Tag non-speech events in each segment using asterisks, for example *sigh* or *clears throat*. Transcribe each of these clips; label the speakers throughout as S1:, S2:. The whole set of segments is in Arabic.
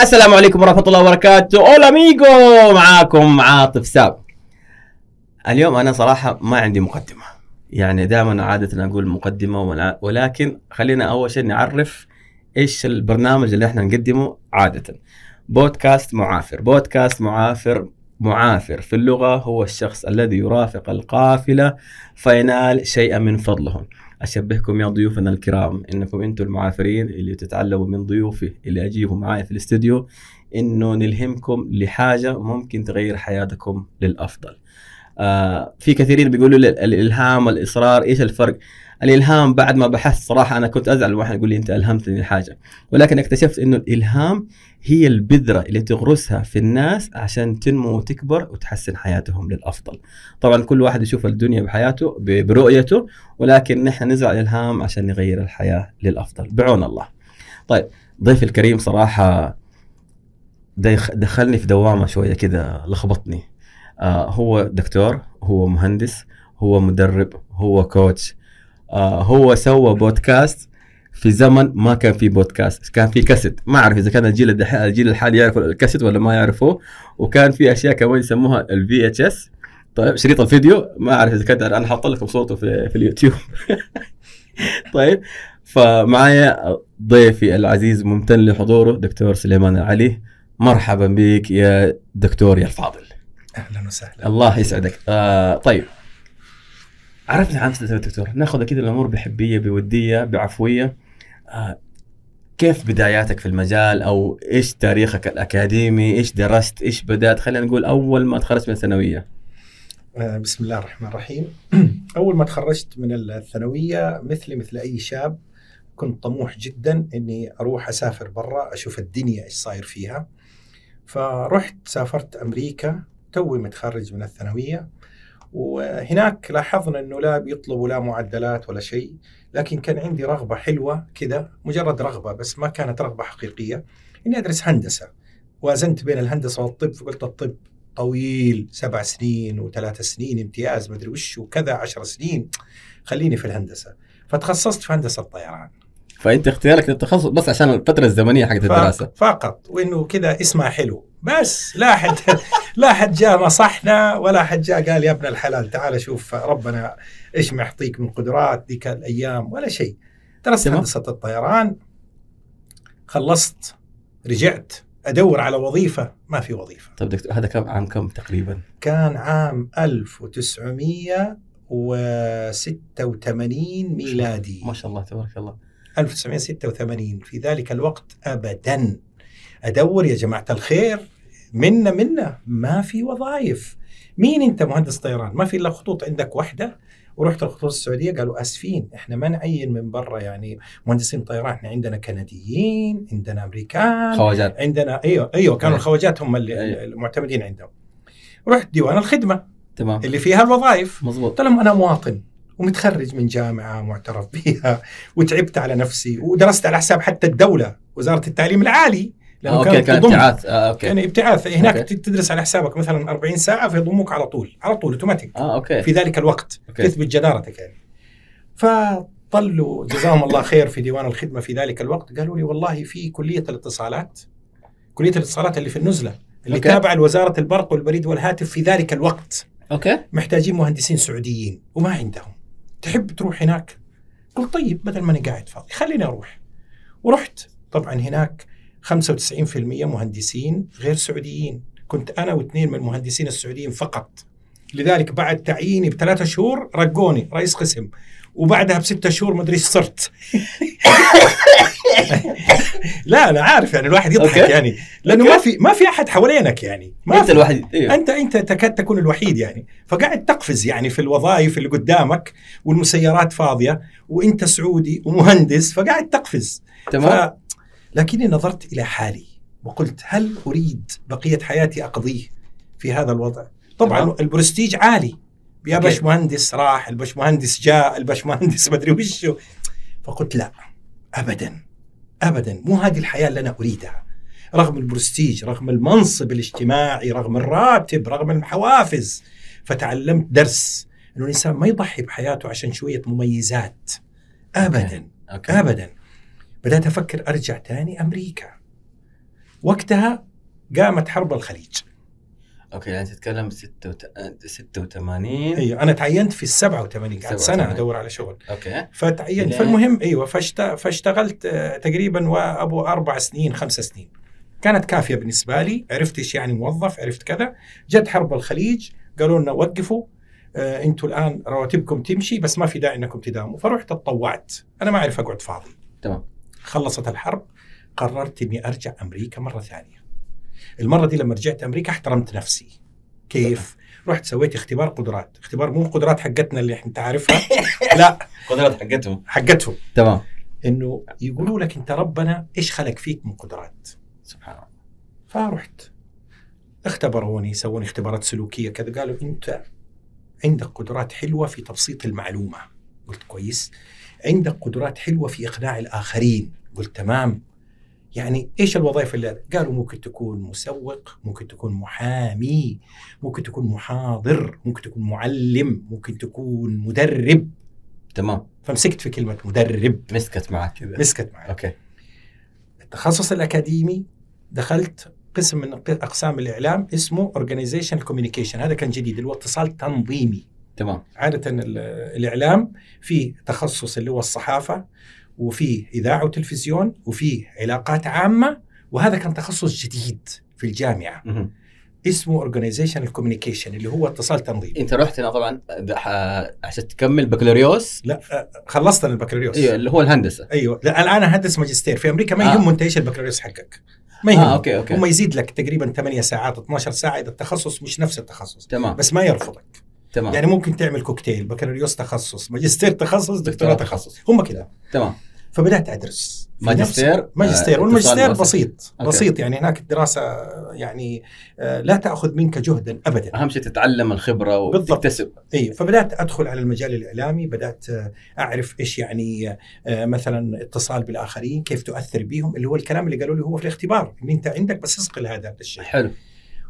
S1: السلام عليكم ورحمة الله وبركاته أولا ميجو معاكم عاطف ساب اليوم أنا صراحة ما عندي مقدمة يعني دائما عادة أقول مقدمة ولا- ولكن خلينا أول شيء نعرف إيش البرنامج اللي إحنا نقدمه عادة بودكاست معافر بودكاست معافر معافر في اللغة هو الشخص الذي يرافق القافلة فينال شيئا من فضلهم أشبهكم يا ضيوفنا الكرام إنكم أنتم المعافرين اللي تتعلموا من ضيوفي اللي أجيهم معاي في الاستديو إنه نلهمكم لحاجة ممكن تغير حياتكم للأفضل آه في كثيرين بيقولوا لي الإلهام والإصرار إيش الفرق الإلهام بعد ما بحثت صراحة أنا كنت أزعل واحد يقول لي أنت ألهمتني الحاجة ولكن اكتشفت إنه الإلهام هي البذرة اللي تغرسها في الناس عشان تنمو وتكبر وتحسن حياتهم للأفضل طبعا كل واحد يشوف الدنيا بحياته ب- برؤيته ولكن نحن نزرع الالهام عشان نغير الحياه للافضل بعون الله. طيب ضيف الكريم صراحه ديخ- دخلني في دوامه شويه كده لخبطني. آه هو دكتور، هو مهندس، هو مدرب، هو كوتش. آه هو سوى بودكاست في زمن ما كان في بودكاست، كان في كاسيت، ما اعرف اذا كان الجيل الدح- الجيل الحالي يعرف الكاسيت ولا ما يعرفوه، وكان في اشياء كمان يسموها الفي اتش اس طيب شريط الفيديو ما اعرف اذا كنت انا حاط لكم صوته في, في اليوتيوب *laughs* طيب فمعايا ضيفي العزيز ممتن لحضوره دكتور سليمان العلي مرحبا بك يا دكتور يا الفاضل
S2: اهلا وسهلا
S1: الله يسعدك آه طيب عرفنا عن سلسله الدكتور ناخذ كذا الامور بحبيه بوديه بعفويه آه كيف بداياتك في المجال او ايش تاريخك الاكاديمي ايش درست ايش بدات خلينا نقول اول ما تخرجت من الثانويه
S2: آه، بسم الله الرحمن الرحيم *clears throat* اول ما تخرجت من الثانويه مثلي مثل اي شاب كنت طموح جدا اني اروح اسافر برا اشوف الدنيا ايش صاير فيها فرحت سافرت امريكا توي متخرج من الثانويه وهناك لاحظنا انه لا بيطلبوا لا معدلات ولا شيء لكن كان عندي رغبه حلوه كذا مجرد رغبه بس ما كانت رغبه حقيقيه اني ادرس هندسه وازنت بين الهندسه والطب فقلت الطب طويل سبع سنين وثلاث سنين امتياز مدري وش وكذا عشر سنين خليني في الهندسه فتخصصت في هندسه الطيران
S1: فانت اختيارك للتخصص بس عشان الفتره الزمنيه حقت الدراسه
S2: فق- فقط وانه كذا اسمها حلو بس لا حد *laughs* لا حد جاء نصحنا ولا حد جاء قال يا ابن الحلال تعال شوف ربنا ايش محطيك من قدرات ذيك الايام ولا شيء درست
S1: تمام.
S2: هندسه الطيران خلصت رجعت ادور على وظيفه ما في وظيفه
S1: طيب دكتور هذا كم عام كم تقريبا
S2: كان عام 1986 ميلادي
S1: ما شاء الله تبارك الله
S2: 1986 في ذلك الوقت ابدا ادور يا جماعه الخير منا منا ما في وظائف مين انت مهندس طيران ما في الا خطوط عندك واحده ورحت الخطوط السعوديه قالوا اسفين احنا ما نعين من برا يعني مهندسين طيران احنا عندنا كنديين عندنا امريكان
S1: خواجات
S2: عندنا ايوه ايوه كانوا
S1: أيوة.
S2: الخواجات هم
S1: أيوة.
S2: اللي المعتمدين عندهم رحت ديوان الخدمه
S1: تمام
S2: اللي فيها الوظائف
S1: مضبوط
S2: قلت لهم انا مواطن ومتخرج من جامعه معترف بها وتعبت على نفسي ودرست على حساب حتى الدوله وزاره التعليم العالي
S1: آه، اوكي كان
S2: تضم- يعني
S1: ابتعاث آه اوكي
S2: كان ابتعاث إيه، هناك
S1: أوكي.
S2: تدرس على حسابك مثلا 40 ساعه فيضموك على طول على طول اوتوماتيك
S1: اه اوكي
S2: في ذلك الوقت
S1: أوكي.
S2: تثبت جدارتك يعني فطلوا جزاهم الله خير في ديوان الخدمه في ذلك الوقت قالوا لي والله في كليه الاتصالات كليه الاتصالات اللي في النزله اللي
S1: أوكي.
S2: تابعه لوزاره البرق والبريد والهاتف في ذلك الوقت
S1: اوكي
S2: محتاجين مهندسين سعوديين وما عندهم تحب تروح هناك قلت طيب بدل ما انا قاعد فاضي خليني اروح ورحت طبعا هناك 95% مهندسين غير سعوديين كنت انا واثنين من المهندسين السعوديين فقط لذلك بعد تعييني بثلاثة شهور رقوني رئيس قسم وبعدها بستة شهور ما ادري ايش
S1: *laughs*
S2: صرت لا انا عارف يعني الواحد يضحك
S1: أوكي.
S2: يعني لانه ما في ما في احد حوالينك يعني ما
S1: انت الوحيد ايوه
S2: انت انت تكاد تكون الوحيد يعني فقاعد تقفز يعني في الوظائف اللي قدامك والمسيرات فاضيه وانت سعودي ومهندس فقاعد تقفز
S1: تمام
S2: لكني نظرت الى حالي وقلت هل اريد بقيه حياتي اقضيه في هذا الوضع طبعا
S1: تمام.
S2: البرستيج عالي يا
S1: أوكي.
S2: باشمهندس راح الباشمهندس جاء الباشمهندس *laughs* مدري وشو فقلت لا ابدا ابدا مو هذه الحياه اللي انا اريدها رغم البرستيج رغم المنصب الاجتماعي رغم الراتب رغم الحوافز فتعلمت درس انه الانسان ما يضحي بحياته عشان شويه مميزات ابدا
S1: اوكي
S2: ابدا بدات افكر ارجع تاني امريكا وقتها قامت حرب الخليج
S1: اوكي يعني تتكلم 86
S2: ايوه انا تعينت في ال 87 قعدت سنه
S1: 87.
S2: ادور على شغل
S1: اوكي
S2: فتعينت
S1: ليه؟
S2: فالمهم ايوه فاشت... فاشتغلت آه، تقريبا وابو اربع سنين خمس سنين كانت كافيه بالنسبه لي عرفت ايش يعني موظف عرفت كذا جت حرب الخليج قالوا لنا وقفوا آه، انتوا الان رواتبكم تمشي بس ما في داعي انكم تداوموا فرحت اتطوعت انا ما اعرف اقعد فاضي
S1: تمام.
S2: خلصت الحرب قررت اني ارجع امريكا مره ثانيه المره دي لما رجعت امريكا احترمت نفسي كيف رحت سويت اختبار قدرات اختبار مو قدرات حقتنا اللي انت عارفها
S1: قدرات حقتهم
S2: حقتهم
S1: تمام
S2: انه يقولوا لك انت ربنا ايش خلق فيك من قدرات
S1: سبحان الله
S2: فرحت اختبروني سووني اختبارات سلوكيه كذا قالوا انت عندك قدرات حلوه في تبسيط المعلومه قلت كويس عندك قدرات حلوه في اقناع الاخرين قلت تمام يعني ايش الوظائف اللي قالوا ممكن تكون مسوق ممكن تكون محامي ممكن تكون محاضر ممكن تكون معلم ممكن تكون مدرب
S1: تمام
S2: فمسكت في كلمه مدرب
S1: مسكت معك كذا
S2: مسكت معي
S1: اوكي
S2: التخصص الاكاديمي دخلت قسم من ق- اقسام الاعلام اسمه اورجانيزيشن كوميونيكيشن هذا كان جديد اللي هو اتصال تنظيمي
S1: تمام
S2: عاده ال- الاعلام في تخصص اللي هو الصحافه وفي اذاعه وتلفزيون وفي علاقات عامه وهذا كان تخصص جديد في الجامعه
S1: مهم.
S2: اسمه اورجانيزيشن كوميونيكيشن اللي هو اتصال تنظيمي
S1: انت رحت هنا طبعا ده ح- عشان تكمل بكالوريوس
S2: لا آه، خلصت انا البكالوريوس
S1: ايوه اللي هو الهندسه
S2: ايوه لا، الان هندس ماجستير في امريكا ما
S1: آه.
S2: يهمه انت ايش البكالوريوس حقك ما يهمه
S1: اه اوكي اوكي
S2: هم يزيد لك تقريبا 8 ساعات 12 ساعه اذا التخصص مش نفس التخصص
S1: تمام
S2: بس ما يرفضك
S1: تمام
S2: يعني ممكن تعمل كوكتيل بكالوريوس تخصص ماجستير تخصص دكتوراه تخصص هم كذا
S1: تمام
S2: فبدات ادرس في نفس-
S1: ماجستير
S2: ماجستير
S1: آه،
S2: والماجستير
S1: اتصال
S2: بسيط
S1: أوكي.
S2: بسيط يعني هناك الدراسه يعني آه، لا تاخذ منك جهدا ابدا
S1: اهم شيء تتعلم الخبره
S2: بالضبط.
S1: وتكتسب
S2: ايوه فبدات ادخل على المجال الاعلامي بدات آه، اعرف ايش يعني آه، مثلا اتصال بالاخرين كيف تؤثر بيهم اللي هو الكلام اللي قالوا لي هو في الاختبار ان انت عندك بس اصقل هذا الشيء
S1: حلو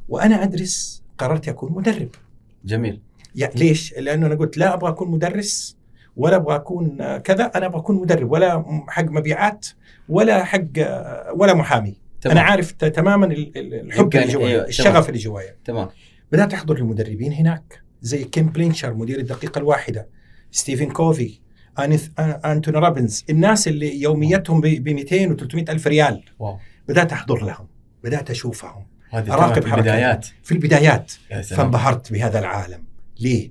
S2: وانا ادرس قررت اكون مدرب
S1: جميل
S2: يعني ليش؟ لانه انا قلت لا ابغى اكون مدرس ولا ابغى اكون آه، كذا انا ابغى اكون مدرب ولا م- حق مبيعات ولا حق آه، ولا محامي
S1: تمام
S2: انا عارف ت- تماما ال- ال- الحب
S1: يمكن-
S2: اللي جوايا
S1: أيوة،
S2: الشغف اللي جوايا
S1: تمام
S2: بدات احضر المدربين هناك زي كيم بلينشر مدير الدقيقه الواحده ستيفن كوفي أنيث آ- انتون رابنز الناس اللي يوميتهم ب 200 و300 الف ريال
S1: واو
S2: بدات احضر لهم بدات اشوفهم
S1: هذه
S2: أراقب
S1: تمام في
S2: حركة.
S1: البدايات
S2: في البدايات
S1: يا سلام
S2: فانبهرت بهذا العالم ليه؟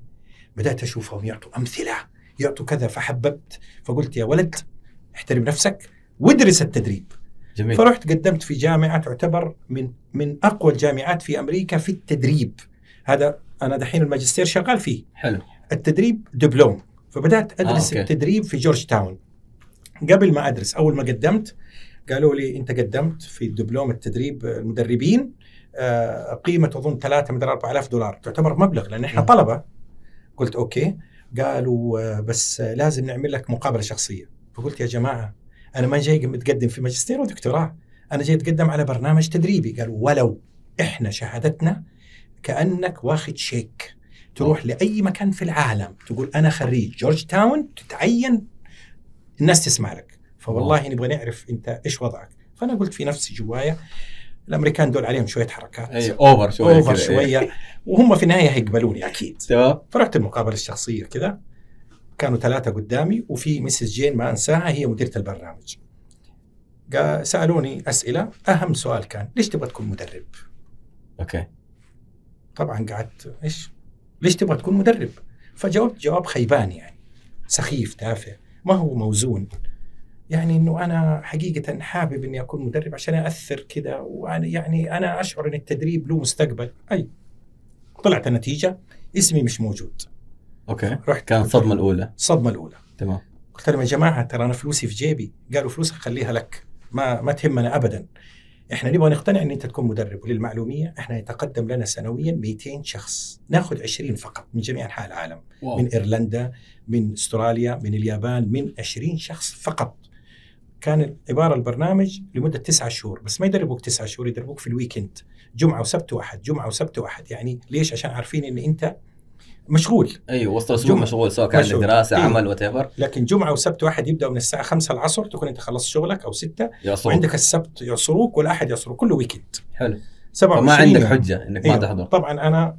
S2: بدأت أشوفهم يعطوا أمثلة يعطوا كذا فحببت فقلت يا ولد احترم نفسك وادرس التدريب
S1: جميل
S2: فرحت قدمت في جامعة تعتبر من من أقوى الجامعات في أمريكا في التدريب هذا أنا دحين الماجستير شغال فيه
S1: حلو
S2: التدريب دبلوم فبدأت أدرس
S1: أوكي.
S2: آه، التدريب في جورج تاون قبل ما أدرس أول ما قدمت قالوا لي أنت قدمت في دبلوم التدريب المدربين آه، قيمة أظن 3 مدري 4000 دولار تعتبر مبلغ لأن إحنا
S1: مم.
S2: طلبة قلت أوكي قالوا آه، بس آه، لازم نعمل لك مقابلة شخصية فقلت يا جماعة أنا ما جاي متقدم في ماجستير ودكتوراه أنا جاي أتقدم على برنامج تدريبي قالوا ولو إحنا شهادتنا كأنك واخد شيك تروح لأي مكان في العالم تقول أنا خريج جورج تاون تتعين الناس تسمع لك فوالله نبغى نعرف أنت إيش وضعك فأنا قلت في نفسي جوايا الأمريكان دول عليهم شوية حركات
S1: اي اوفر شويه
S2: اوفر
S1: كذا.
S2: شويه وهم في النهايه هيقبلوني اكيد
S1: تمام
S2: فرحت المقابله الشخصيه كذا كانوا ثلاثه قدامي وفي مسز جين ما انساها هي مديره البرنامج قا- سالوني اسئله اهم سؤال كان ليش تبغى تكون مدرب؟
S1: اوكي
S2: طبعا قعدت ايش؟ ليش تبغى تكون مدرب؟ فجاوبت جواب خيبان يعني سخيف تافه ما هو موزون يعني انه انا حقيقه حابب اني اكون مدرب عشان اثر كذا وانا يعني انا اشعر ان التدريب له مستقبل اي طلعت النتيجه اسمي مش موجود
S1: اوكي
S2: رحت
S1: كانت الصدمه الاولى
S2: الصدمه الاولى
S1: تمام
S2: قلت لهم يا جماعه ترى انا فلوسي في جيبي قالوا فلوسك خليها لك ما ما تهمنا ابدا احنا نبغى نقتنع ان انت تكون مدرب وللمعلوميه احنا يتقدم لنا سنويا 200 شخص ناخذ 20 فقط من جميع انحاء العالم
S1: واو
S2: من ايرلندا من استراليا من اليابان من 20 شخص فقط كان عباره البرنامج لمده تسعة شهور بس ما يدربوك تسعة شهور يدربوك في الويكند جمعه وسبت واحد جمعه وسبت واحد يعني ليش عشان عارفين ان انت مشغول
S1: ايوه وسط الاسبوع
S2: جمعة.
S1: مشغول سواء كان
S2: مشغول.
S1: دراسه
S2: إيه.
S1: عمل وات ايفر
S2: لكن جمعه وسبت واحد يبدا من الساعه 5 العصر تكون انت خلصت شغلك او 6
S1: طيب.
S2: وعندك السبت يعصروك والاحد يعصروك كله ويكند
S1: حلو
S2: 27
S1: فما عندك
S2: يوم.
S1: حجه انك ما
S2: أيوة.
S1: تحضر
S2: طبعا انا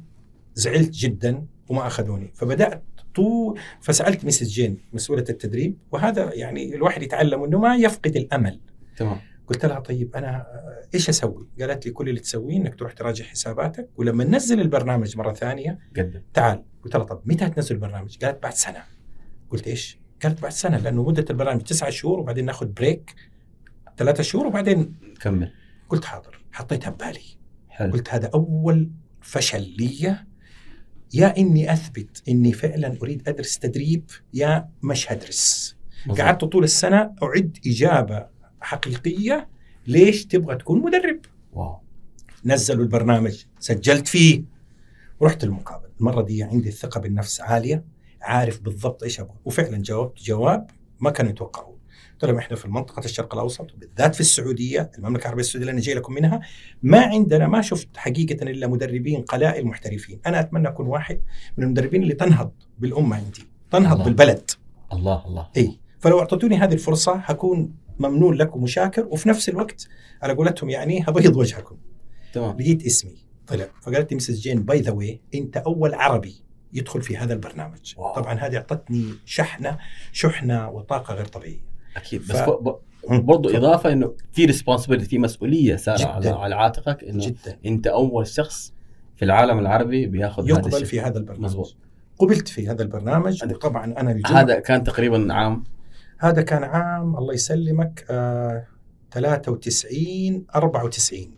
S2: زعلت جدا وما اخذوني فبدات طول فسالت مسز جين مسؤوله التدريب وهذا يعني الواحد يتعلم انه ما يفقد الامل
S1: تمام
S2: قلت لها طيب انا آه، ايش اسوي؟ قالت لي كل اللي تسويه انك تروح تراجع حساباتك ولما ننزل البرنامج مره ثانيه
S1: قدم
S2: تعال قلت لها طب متى تنزل البرنامج؟ قالت بعد سنه قلت ايش؟ قالت بعد سنه لانه مده البرنامج تسعة شهور وبعدين ناخذ بريك ثلاثة شهور وبعدين
S1: كمل
S2: قلت حاضر حطيتها ببالي
S1: حلو
S2: قلت هذا اول فشل لي يا اني اثبت اني فعلا اريد ادرس تدريب يا مش هدرس
S1: مظبوط.
S2: قعدت طول السنه اعد اجابه حقيقيه ليش تبغى تكون مدرب
S1: واو
S2: نزلوا البرنامج سجلت فيه رحت المقابله المره دي عندي الثقه بالنفس عاليه عارف بالضبط ايش ابغى وفعلا جاوبت جواب ما كانوا يتوقعوه قلت لهم احنا في منطقه الشرق الاوسط وبالذات في السعوديه المملكه العربيه السعوديه اللي انا جاي لكم منها ما عندنا ما شفت حقيقه الا مدربين قلائل محترفين انا اتمنى اكون واحد من المدربين اللي تنهض بالامه عندي تنهض
S1: الله.
S2: الله. بالبلد
S1: الله الله
S2: اي فلو اعطيتوني هذه الفرصه هكون ممنون لكم وشاكر وفي نفس الوقت على قولتهم يعني هبيض وجهكم
S1: تمام
S2: لقيت اسمي طلع فقالت لي مسز جين باي ذا واي انت اول عربي يدخل في هذا البرنامج
S1: واو.
S2: طبعا هذه اعطتني شحنه شحنه وطاقه غير طبيعيه
S1: اكيد
S2: ف-
S1: بس ف... برضو اضافه انه في ريسبونسبيلتي في مسؤوليه ساره
S2: جداً.
S1: على على عاتقك انه
S2: جدا
S1: انت اول شخص في العالم العربي بياخذ هذا
S2: يقبل
S1: الشيء
S2: في هذا البرنامج
S1: مظبوط.
S2: قبلت في هذا البرنامج
S1: هذا-
S2: وطبعا انا الجمعة هذا
S1: هذا كان تقريبا عام
S2: هذا كان عام الله يسلمك آه 93 94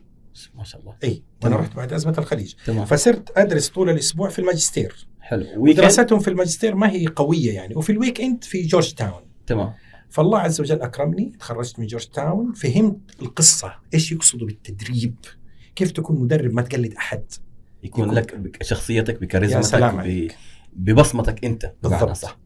S1: ما شاء الله
S2: اي وانا
S1: تمام.
S2: رحت بعد ازمه الخليج
S1: تمام
S2: فصرت ادرس طول الاسبوع في الماجستير
S1: حلو ويكند
S2: ودراستهم في الماجستير ما هي قويه يعني وفي الويك اند في جورج تاون
S1: تمام
S2: فالله عز وجل اكرمني تخرجت من جورج تاون فهمت القصه ايش يقصدوا بالتدريب كيف تكون مدرب ما تقلد احد
S1: يكون,
S2: يكون-
S1: لك بك- شخصيتك
S2: يا
S1: بكاريزمتك
S2: سلام
S1: ب...
S2: عليك
S1: ببصمتك انت بمعنى
S2: بالضبط
S1: صح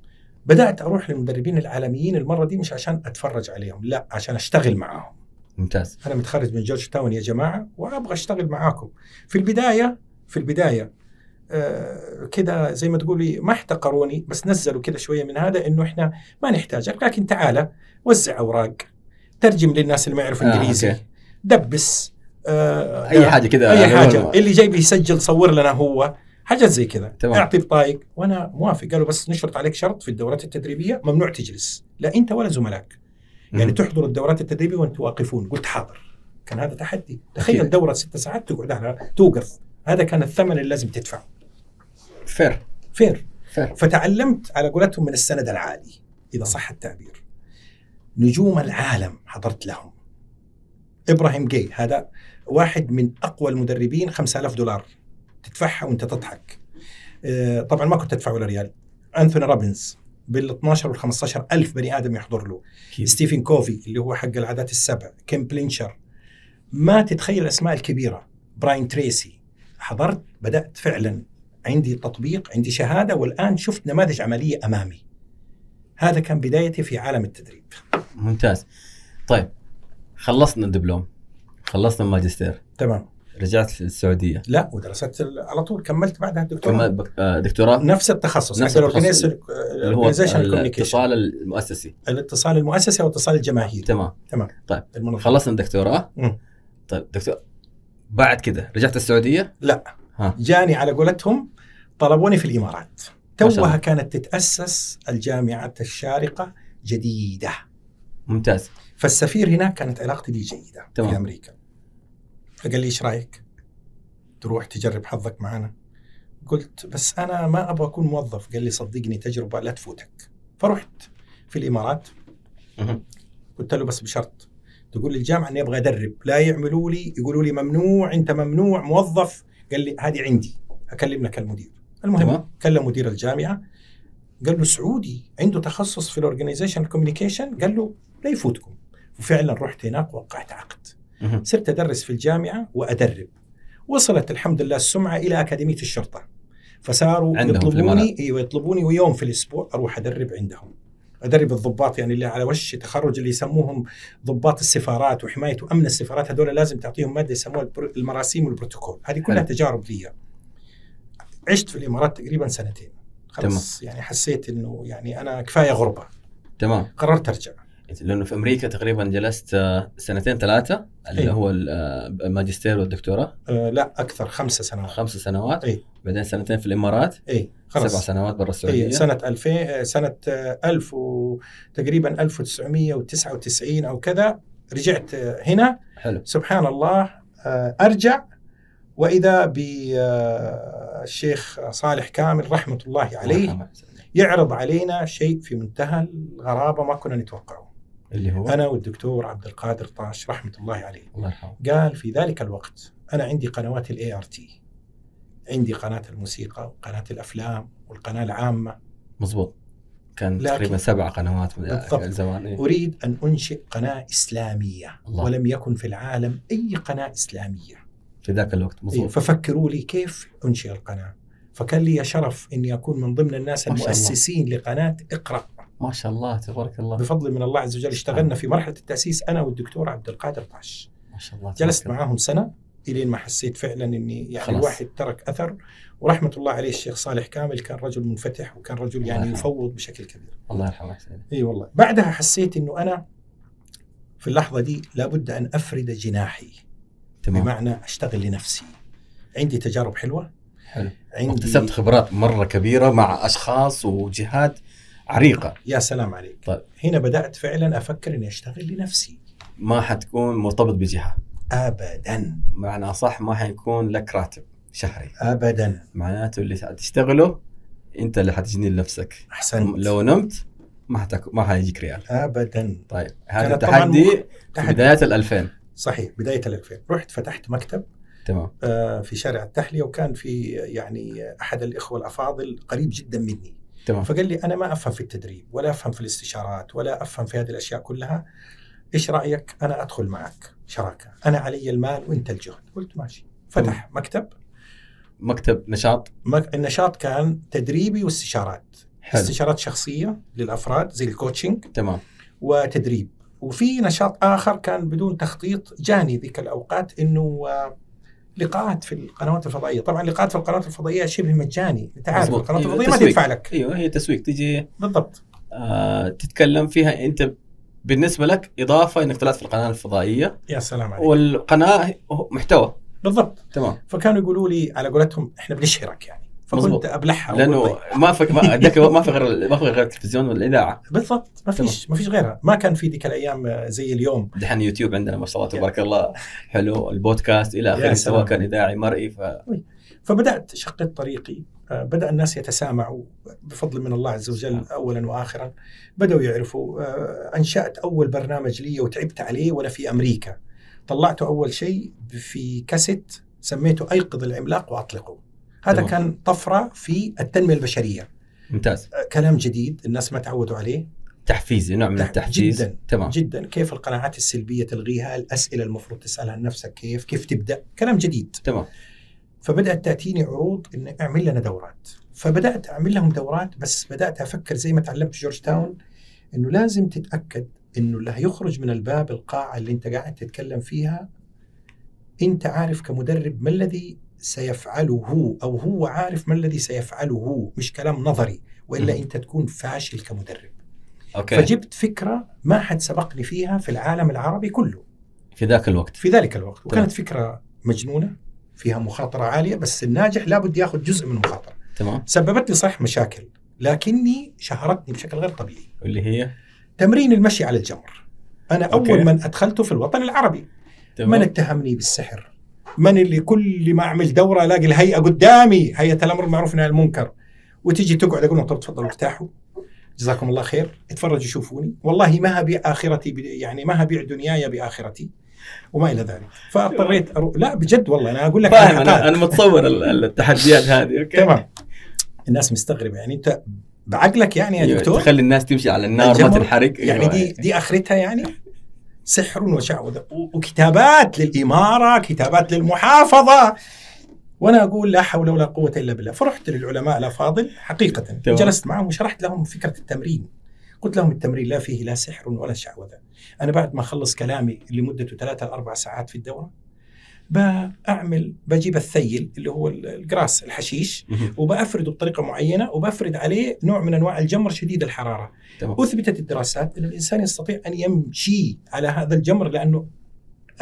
S2: بدات اروح للمدربين العالميين المره دي مش عشان اتفرج عليهم لا عشان اشتغل معاهم
S1: ممتاز
S2: انا متخرج من جورج تاون يا جماعه وابغى اشتغل معاكم في البدايه في البدايه آه كده زي ما تقولي ما احتقروني بس نزلوا كده شويه من هذا انه احنا ما نحتاجك لكن تعالى وزع اوراق ترجم للناس اللي ما يعرفوا
S1: آه،
S2: انجليزي
S1: أوكي.
S2: دبس آه
S1: اي حاجه كده
S2: اي حاجه اللي جاي بيسجل صور لنا هو حاجات زي كذا
S1: تمام.
S2: اعطي بطايق وانا موافق قالوا بس نشرط عليك شرط في الدورات التدريبيه ممنوع تجلس لا انت ولا زملائك يعني تحضر الدورات التدريبيه وانتم واقفون قلت حاضر كان هذا تحدي تخيل
S1: أكيد.
S2: دوره ست ساعات تقعد على توقف هذا كان الثمن اللي لازم تدفعه
S1: فير
S2: فير
S1: فير
S2: فتعلمت على قولتهم من السند العالي اذا صح التعبير نجوم العالم حضرت لهم ابراهيم جاي هذا واحد من اقوى المدربين 5000 دولار تدفعها وانت تضحك آه، طبعا ما كنت ادفع ولا ريال انثوني روبنز بال 12 وال 15 الف بني ادم يحضر له ستيفن كوفي اللي هو حق العادات السبع كيم بلينشر ما تتخيل الاسماء الكبيره براين تريسي حضرت بدات فعلا عندي تطبيق عندي شهاده والان شفت نماذج عمليه امامي هذا كان بدايتي في عالم التدريب
S1: ممتاز طيب خلصنا الدبلوم خلصنا الماجستير
S2: تمام
S1: رجعت للسعوديه
S2: لا ودرست ال- على طول كملت بعدها الدكتوراه
S1: ثم بك- آه، دكتوراه
S2: نفس التخصص
S1: نفس
S2: حق
S1: التخصص.
S2: الorganization-
S1: اللي هو
S2: organization communication.
S1: الاتصال المؤسسي
S2: الاتصال المؤسسي او الاتصال الجماهيري
S1: تمام
S2: المنظمة.
S1: خلصنا الدكتوراه
S2: مم.
S1: طيب دكتور بعد كده رجعت السعوديه
S2: لا
S1: ها.
S2: جاني على قولتهم طلبوني في الامارات
S1: ما شاء
S2: توها
S1: الله.
S2: كانت تتاسس الجامعه الشارقه جديده
S1: ممتاز
S2: فالسفير هناك كانت علاقتي بيه جيده
S1: تمام.
S2: في امريكا فقال لي ايش رايك؟ تروح تجرب حظك معنا قلت بس انا ما ابغى اكون موظف قال لي صدقني تجربه لا تفوتك فرحت في الامارات
S1: مهم.
S2: قلت له بس بشرط تقول للجامعه اني ابغى ادرب لا يعملوا لي يقولوا لي ممنوع انت ممنوع موظف قال لي هذه عندي اكلم لك المدير المهم
S1: تمام
S2: كلم مدير الجامعه قال له سعودي عنده تخصص في الاورجنايزيشن كوميونيكيشن قال له لا يفوتكم وفعلا رحت هناك ووقعت عقد
S1: مهم.
S2: صرت ادرس في الجامعه وادرب وصلت الحمد لله السمعه الى اكاديميه الشرطه فصاروا
S1: عندهم في
S2: يطلبوني
S1: الإمارات.
S2: ايوه يطلبوني ويوم في الاسبوع اروح ادرب عندهم ادرب الضباط يعني اللي على وش تخرج اللي يسموهم ضباط السفارات وحمايه وامن السفارات هذول لازم تعطيهم ماده يسموها البر- المراسيم والبروتوكول هذه كلها
S1: حلو.
S2: تجارب لي عشت في الامارات تقريبا سنتين خلاص يعني حسيت انه يعني انا كفايه غربه
S1: تمام
S2: قررت ارجع
S1: لانه في امريكا تقريبا جلست آه، سنتين ثلاثه اللي
S2: أي.
S1: هو ال- آه، الماجستير والدكتوراه
S2: أه لا اكثر خمسة سنوات
S1: خمس سنوات
S2: أي.
S1: بعدين سنتين في الامارات
S2: اي
S1: سبع
S2: إيه. خلاص
S1: سنوات برا السعوديه
S2: اي سنة 2000 آه، سنة آه، 1000 و- تقريبا 1999 او كذا رجعت آه، هنا
S1: حلو
S2: سبحان الله آه، ارجع واذا بالشيخ آه، صالح كامل رحمه الله عليه
S1: مرحبا.
S2: يعرض علينا شيء في منتهى الغرابه ما كنا نتوقعه
S1: اللي هو
S2: انا والدكتور عبد القادر طاش رحمه الله عليه
S1: الله يرحمه
S2: قال في ذلك الوقت انا عندي قنوات الاي ار تي عندي قناه الموسيقى وقناه الافلام والقناه العامه
S1: مزبوط كان
S2: لكن-
S1: تقريبا سبع قنوات من
S2: بالضبط.
S1: زمان إيه.
S2: اريد ان انشئ قناه اسلاميه
S1: الله.
S2: ولم يكن في العالم اي قناه اسلاميه
S1: في ذاك الوقت
S2: إيه،
S1: مزبوط
S2: ففكروا لي كيف انشئ القناه فكان لي شرف اني اكون من ضمن الناس
S1: ما شاء الله.
S2: المؤسسين لقناه اقرا
S1: ما شاء الله تبارك الله آه.
S2: بفضل من الله عز وجل اشتغلنا في مرحله التاسيس انا والدكتور عبد القادر طاش
S1: ما شاء الله
S2: جلست
S1: تبارك
S2: معاهم سنه الين ما حسيت فعلا اني يعني
S1: خلاص.
S2: الواحد ترك اثر ورحمه الله عليه الشيخ صالح كامل كان رجل منفتح وكان رجل
S1: الله
S2: يعني
S1: يرحمه.
S2: يفوض بشكل كبير
S1: الله. الله يرحمه حسين
S2: اي والله بعدها حسيت انه انا في اللحظه دي لابد ان افرد جناحي
S1: تمام
S2: بمعنى اشتغل لنفسي عندي تجارب حلوه
S1: حلو واكتسبت
S2: عندي
S1: خبرات مره كبيره مع اشخاص وجهات عريقه
S2: يا سلام عليك
S1: طيب.
S2: هنا بدات فعلا افكر اني اشتغل لنفسي
S1: ما حتكون مرتبط بجهه
S2: ابدا
S1: معنى صح ما حيكون لك راتب شهري
S2: ابدا
S1: معناته اللي حتشتغله انت اللي حتجني لنفسك
S2: احسنت
S1: لو نمت ما حتك... ما حيجيك ريال
S2: ابدا
S1: طيب هذا
S2: كانت طبعاً
S1: التحدي في
S2: تحت
S1: بدايه ال 2000
S2: صحيح بدايه ال 2000 رحت فتحت مكتب
S1: تمام
S2: آه، في شارع التحليه وكان في يعني احد الاخوه الافاضل قريب جدا مني
S1: تمام
S2: آه. فقال لي انا ما افهم في التدريب ولا افهم في الاستشارات ولا افهم في هذه الاشياء كلها ايش رايك انا ادخل معك شراكه انا علي المال وانت الجهد قلت ماشي فتح مكتب
S1: مكتب نشاط
S2: مك- النشاط كان تدريبي واستشارات
S1: حلو
S2: استشارات شخصيه للافراد زي الكوتشنج
S1: تمام
S2: وتدريب وفي نشاط اخر كان بدون تخطيط جاني ذيك الاوقات انه آه، لقاءات في القنوات الفضائيه طبعا لقاءات في القنوات الفضائيه شبه مجاني انت عارف
S1: مظبوط.
S2: القنوات
S1: أيوة،
S2: الفضائيه ما
S1: تسويق.
S2: تدفع لك
S1: ايوه هي تسويق تجي
S2: بالضبط
S1: آه تتكلم فيها انت بالنسبه لك اضافه انك طلعت في القناه الفضائيه
S2: يا سلام عليك
S1: والقناه محتوى
S2: بالضبط
S1: تمام
S2: فكانوا يقولوا لي على قولتهم احنا بنشهرك يعني
S1: مظبوط.
S2: فكنت ابلعها
S1: لانه
S2: وأقول طيب،
S1: ما في
S2: *laughs*
S1: ما ذاك الوقت ما في غير ما في غير التلفزيون والاذاعه
S2: طيب. بالضبط ما فيش ما فيش غيرها ما كان في ذيك الايام آه، زي اليوم
S1: دحين يوتيوب عندنا ما شاء الله تبارك الله حلو البودكاست الى اخره
S2: يا
S1: سواء
S2: سلام.
S1: كان اذاعي مرئي ف
S2: فبدات شقيت طريقي آه، بدا الناس يتسامعوا بفضل من الله عز وجل اولا واخرا بداوا يعرفوا آه، انشات اول برنامج لي وتعبت عليه وانا في امريكا طلعته اول شيء في كاسيت سميته ايقظ العملاق واطلقه هذا
S1: تمام.
S2: كان طفره في التنميه البشريه
S1: ممتاز
S2: آه، كلام جديد الناس ما تعودوا عليه
S1: تحفيزي نوع من
S2: تح-
S1: التحفيز
S2: جداً.
S1: تمام
S2: جدا كيف القناعات السلبيه تلغيها الاسئله المفروض تسالها لنفسك كيف كيف تبدا كلام جديد
S1: تمام
S2: فبدات تاتيني عروض ان اعمل لنا دورات فبدات اعمل لهم دورات بس بدات افكر زي ما تعلمت في جورج تاون انه لازم تتاكد انه اللي هيخرج من الباب القاعه اللي انت قاعد تتكلم فيها انت عارف كمدرب ما الذي سيفعله هو او هو عارف ما الذي سيفعله هو مش كلام نظري والا
S1: مم.
S2: انت تكون فاشل كمدرب
S1: اوكي
S2: فجبت فكره ما حد سبقني فيها في العالم العربي كله
S1: في ذاك الوقت
S2: في ذلك الوقت
S1: طيب.
S2: وكانت فكره مجنونه فيها مخاطره عاليه بس الناجح لابد ياخذ جزء من المخاطره
S1: تمام
S2: سببت لي صح مشاكل لكني شهرتني بشكل غير طبيعي
S1: واللي هي
S2: تمرين المشي على الجمر انا
S1: أوكي.
S2: اول من ادخلته في الوطن العربي من
S1: تمام
S2: اتهمني بالسحر من اللي كل ما اعمل دوره الاقي الهيئه قدامي هيئه الامر بالمعروف والنهي عن المنكر وتجي تقعد اقول لهم طب تفضلوا ارتاحوا جزاكم الله خير اتفرجوا شوفوني والله ما هبيع اخرتي ب- يعني ما هبيع دنياي باخرتي وما الى ذلك فاضطريت أرو... لا بجد والله انا اقول لك
S1: فاهم
S2: علاقات.
S1: انا انا متصور ال- ال- التحديات هذه اوكي
S2: تمام الناس مستغربه يعني انت بعقلك يعني يا
S1: أيوة،
S2: دكتور
S1: تخلي الناس تمشي على النار ما
S2: الجمر.
S1: تنحرق
S2: يعني
S1: أيوة.
S2: دي دي اخرتها يعني سحر وشعوذه و- وكتابات للاماره كتابات للمحافظه وانا اقول لا حول ولا قوه الا بالله فرحت للعلماء الافاضل حقيقه
S1: تمام.
S2: جلست معهم وشرحت لهم فكره التمرين قلت لهم التمرين لا فيه لا سحر ولا شعوذه انا بعد ما اخلص كلامي اللي مدته ثلاثة أو اربع ساعات في الدوره بعمل بجيب الثيل اللي هو ال- الجراس الحشيش
S1: مهم.
S2: وبافرده بطريقه معينه وبفرد عليه نوع من انواع الجمر شديد الحراره
S1: تمام
S2: اثبتت الدراسات ان الانسان يستطيع ان يمشي على هذا الجمر لانه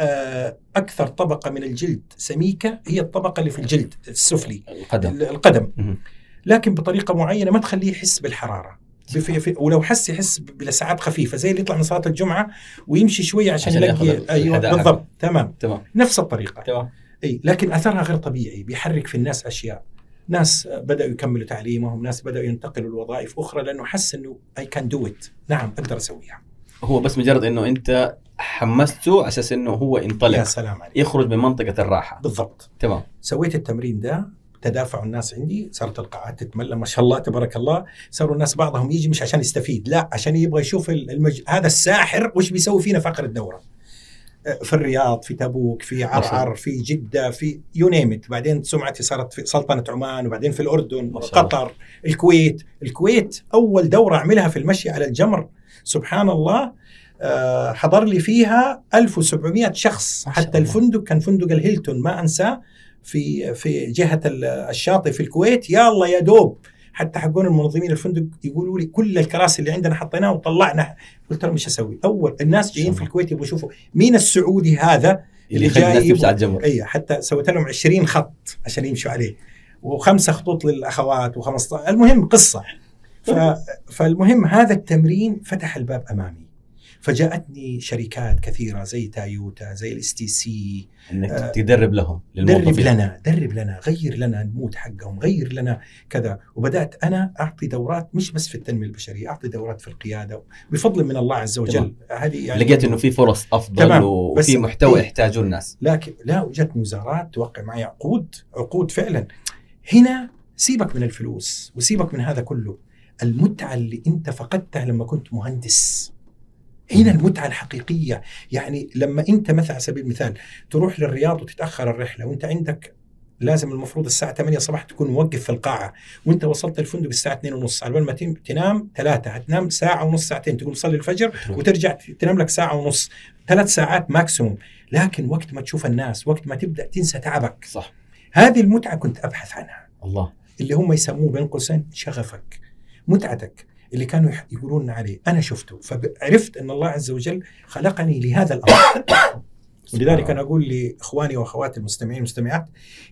S2: آه، اكثر طبقه من الجلد سميكه هي الطبقه اللي في الجلد السفلي
S1: القدم
S2: القدم
S1: مهم.
S2: لكن بطريقه معينه ما تخليه يحس بالحراره بف- في- ولو حس يحس بلسعات خفيفه زي اللي يطلع من صلاه الجمعه ويمشي شويه عشان,
S1: عشان
S2: يلاقي
S1: ياخذ
S2: ايوه
S1: الحذاء
S2: بالضبط تمام
S1: تمام
S2: نفس الطريقه
S1: تمام
S2: اي لكن اثرها غير طبيعي بيحرك في الناس اشياء ناس بداوا يكملوا تعليمهم ناس بداوا ينتقلوا لوظائف اخرى لانه حس انه اي كان دو ات نعم اقدر اسويها
S1: هو بس مجرد انه انت حمسته على اساس انه هو
S2: يا
S1: ينطلق
S2: سلام عليك
S1: يخرج من منطقه الراحه
S2: بالضبط
S1: تمام
S2: سويت التمرين ده تدافع الناس عندي صارت القاعات تتملى ما شاء الله تبارك الله صاروا الناس بعضهم يجي مش عشان يستفيد لا عشان يبغى يشوف ال- المج... هذا الساحر وش بيسوي فينا في اخر الدوره آه، في الرياض في تبوك في عرعر في جده في يو نيمت بعدين سمعتي صارت في سلطنه عمان وبعدين في الاردن
S1: ما شاء الله.
S2: قطر الكويت الكويت اول دوره اعملها في المشي على الجمر سبحان الله آه، حضر لي فيها 1700 شخص
S1: ما شاء الله.
S2: حتى الفندق كان فندق الهيلتون ما انساه في في جهه ال- الشاطئ في الكويت يا الله يا دوب حتى حقون المنظمين الفندق يقولوا لي كل الكراسي اللي عندنا حطيناها وطلعنا قلت لهم ايش اسوي؟ اول الناس جايين في الكويت يبغوا يشوفوا مين السعودي هذا
S1: اللي
S2: اللي
S1: يخلي الناس
S2: جاي
S1: تمشي على الجمر
S2: اي إيه، حتى سويت لهم 20 خط عشان يمشوا عليه وخمسه خطوط للاخوات و15 المهم قصه ف... فالمهم هذا التمرين فتح الباب امامي فجاءتني شركات كثيره زي تايوتا زي الاس تي سي آه،
S1: انك تدرب لهم
S2: درب
S1: للموظفين
S2: لنا درب لنا غير لنا المود حقهم غير لنا كذا وبدات انا اعطي دورات مش بس في التنميه البشريه اعطي دورات في القياده بفضل من الله عز وجل
S1: تمام.
S2: هذه يعني
S1: لقيت انه في فرص افضل
S2: تمام،
S1: و-
S2: بس-
S1: وفي محتوى
S2: إيه.
S1: يحتاجه الناس
S2: لكن لا وجدت وزارات توقع معي عقود عقود فعلا هنا سيبك من الفلوس وسيبك من هذا كله المتعة اللي انت فقدتها لما كنت مهندس هنا المتعة الحقيقية يعني لما انت مثلا على سبيل المثال تروح للرياض وتتأخر الرحلة وانت عندك لازم المفروض الساعة 8 الصباح تكون موقف في القاعة وانت وصلت الفندق الساعة 2 ونص على بال ما تم- تنام ثلاثة هتنام ساعة ونص ساعتين تقوم تصلي الفجر وترجع تنام لك ساعة ونص ثلاث ساعات ماكسيموم لكن وقت ما تشوف الناس وقت ما تبدأ تنسى تعبك
S1: صح
S2: هذه المتعة كنت أبحث عنها
S1: الله
S2: اللي هم يسموه بين قوسين شغفك متعتك اللي كانوا يح- يقولون عليه أنا شفته فعرفت أن الله عز وجل خلقني لهذا الأمر ولذلك انا اقول لاخواني واخواتي المستمعين والمستمعات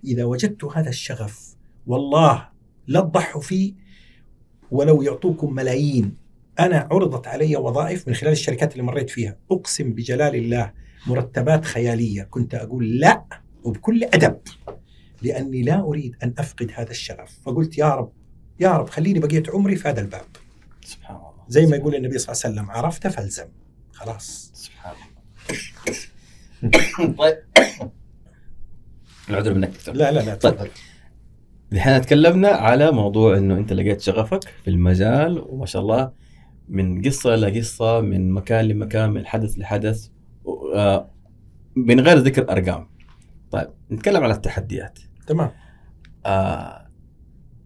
S2: اذا وجدتوا هذا الشغف والله لا تضحوا فيه ولو يعطوكم ملايين انا عرضت علي وظائف من خلال الشركات اللي مريت فيها اقسم بجلال الله مرتبات خياليه كنت اقول لا وبكل ادب لاني لا اريد ان افقد هذا الشغف فقلت يا رب يا رب خليني بقيه عمري في هذا الباب
S1: سبحان الله
S2: زي ما يقول النبي صلى الله عليه وسلم عرفت فالزم خلاص
S1: سبحان الله طيب العذر منك دكتور
S2: لا لا لا
S1: طيب.
S2: تفضل
S1: احنا تكلمنا على موضوع انه انت لقيت شغفك في المجال وما شاء الله من قصه لقصه من مكان لمكان من حدث لحدث و- آه، من غير ذكر ارقام طيب نتكلم على التحديات
S2: تمام
S1: آه،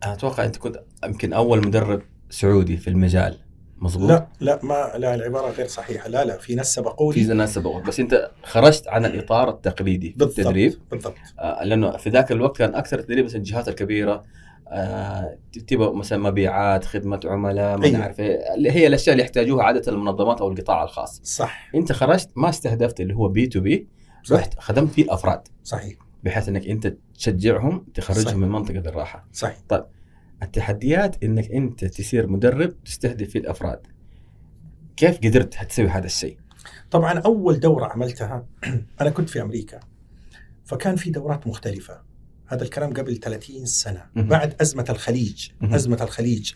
S1: انا اتوقع انت كنت يمكن اول مدرب سعودي في المجال مظبوط
S2: لا لا ما لا العباره غير صحيحه لا لا في ناس
S1: في
S2: سبقوني
S1: ناس سبقوك بس انت خرجت عن الاطار التقليدي في
S2: بالضبط
S1: التدريب
S2: بالضبط
S1: آه، لانه في ذاك الوقت كان اكثر تدريب مثلا الجهات الكبيره آه، تبغى مثلا مبيعات خدمه عملاء ما
S2: أيوة.
S1: أيوة. عارف إيه، اللي هي الاشياء اللي يحتاجوها عاده المنظمات او القطاع الخاص
S2: صح
S1: انت خرجت ما استهدفت اللي هو بي تو بي
S2: رحت
S1: رحت خدمت فيه افراد
S2: صحيح
S1: بحيث انك انت تشجعهم تخرجهم
S2: صحيح.
S1: من منطقه الراحه
S2: صحيح
S1: التحديات انك انت تصير مدرب تستهدف فيه الافراد كيف قدرت تسوي هذا الشيء
S2: طبعا اول دوره عملتها *clears throat* انا كنت في امريكا فكان في دورات مختلفه هذا الكلام قبل 30 سنه
S1: مهم.
S2: بعد ازمه الخليج
S1: مهم.
S2: ازمه الخليج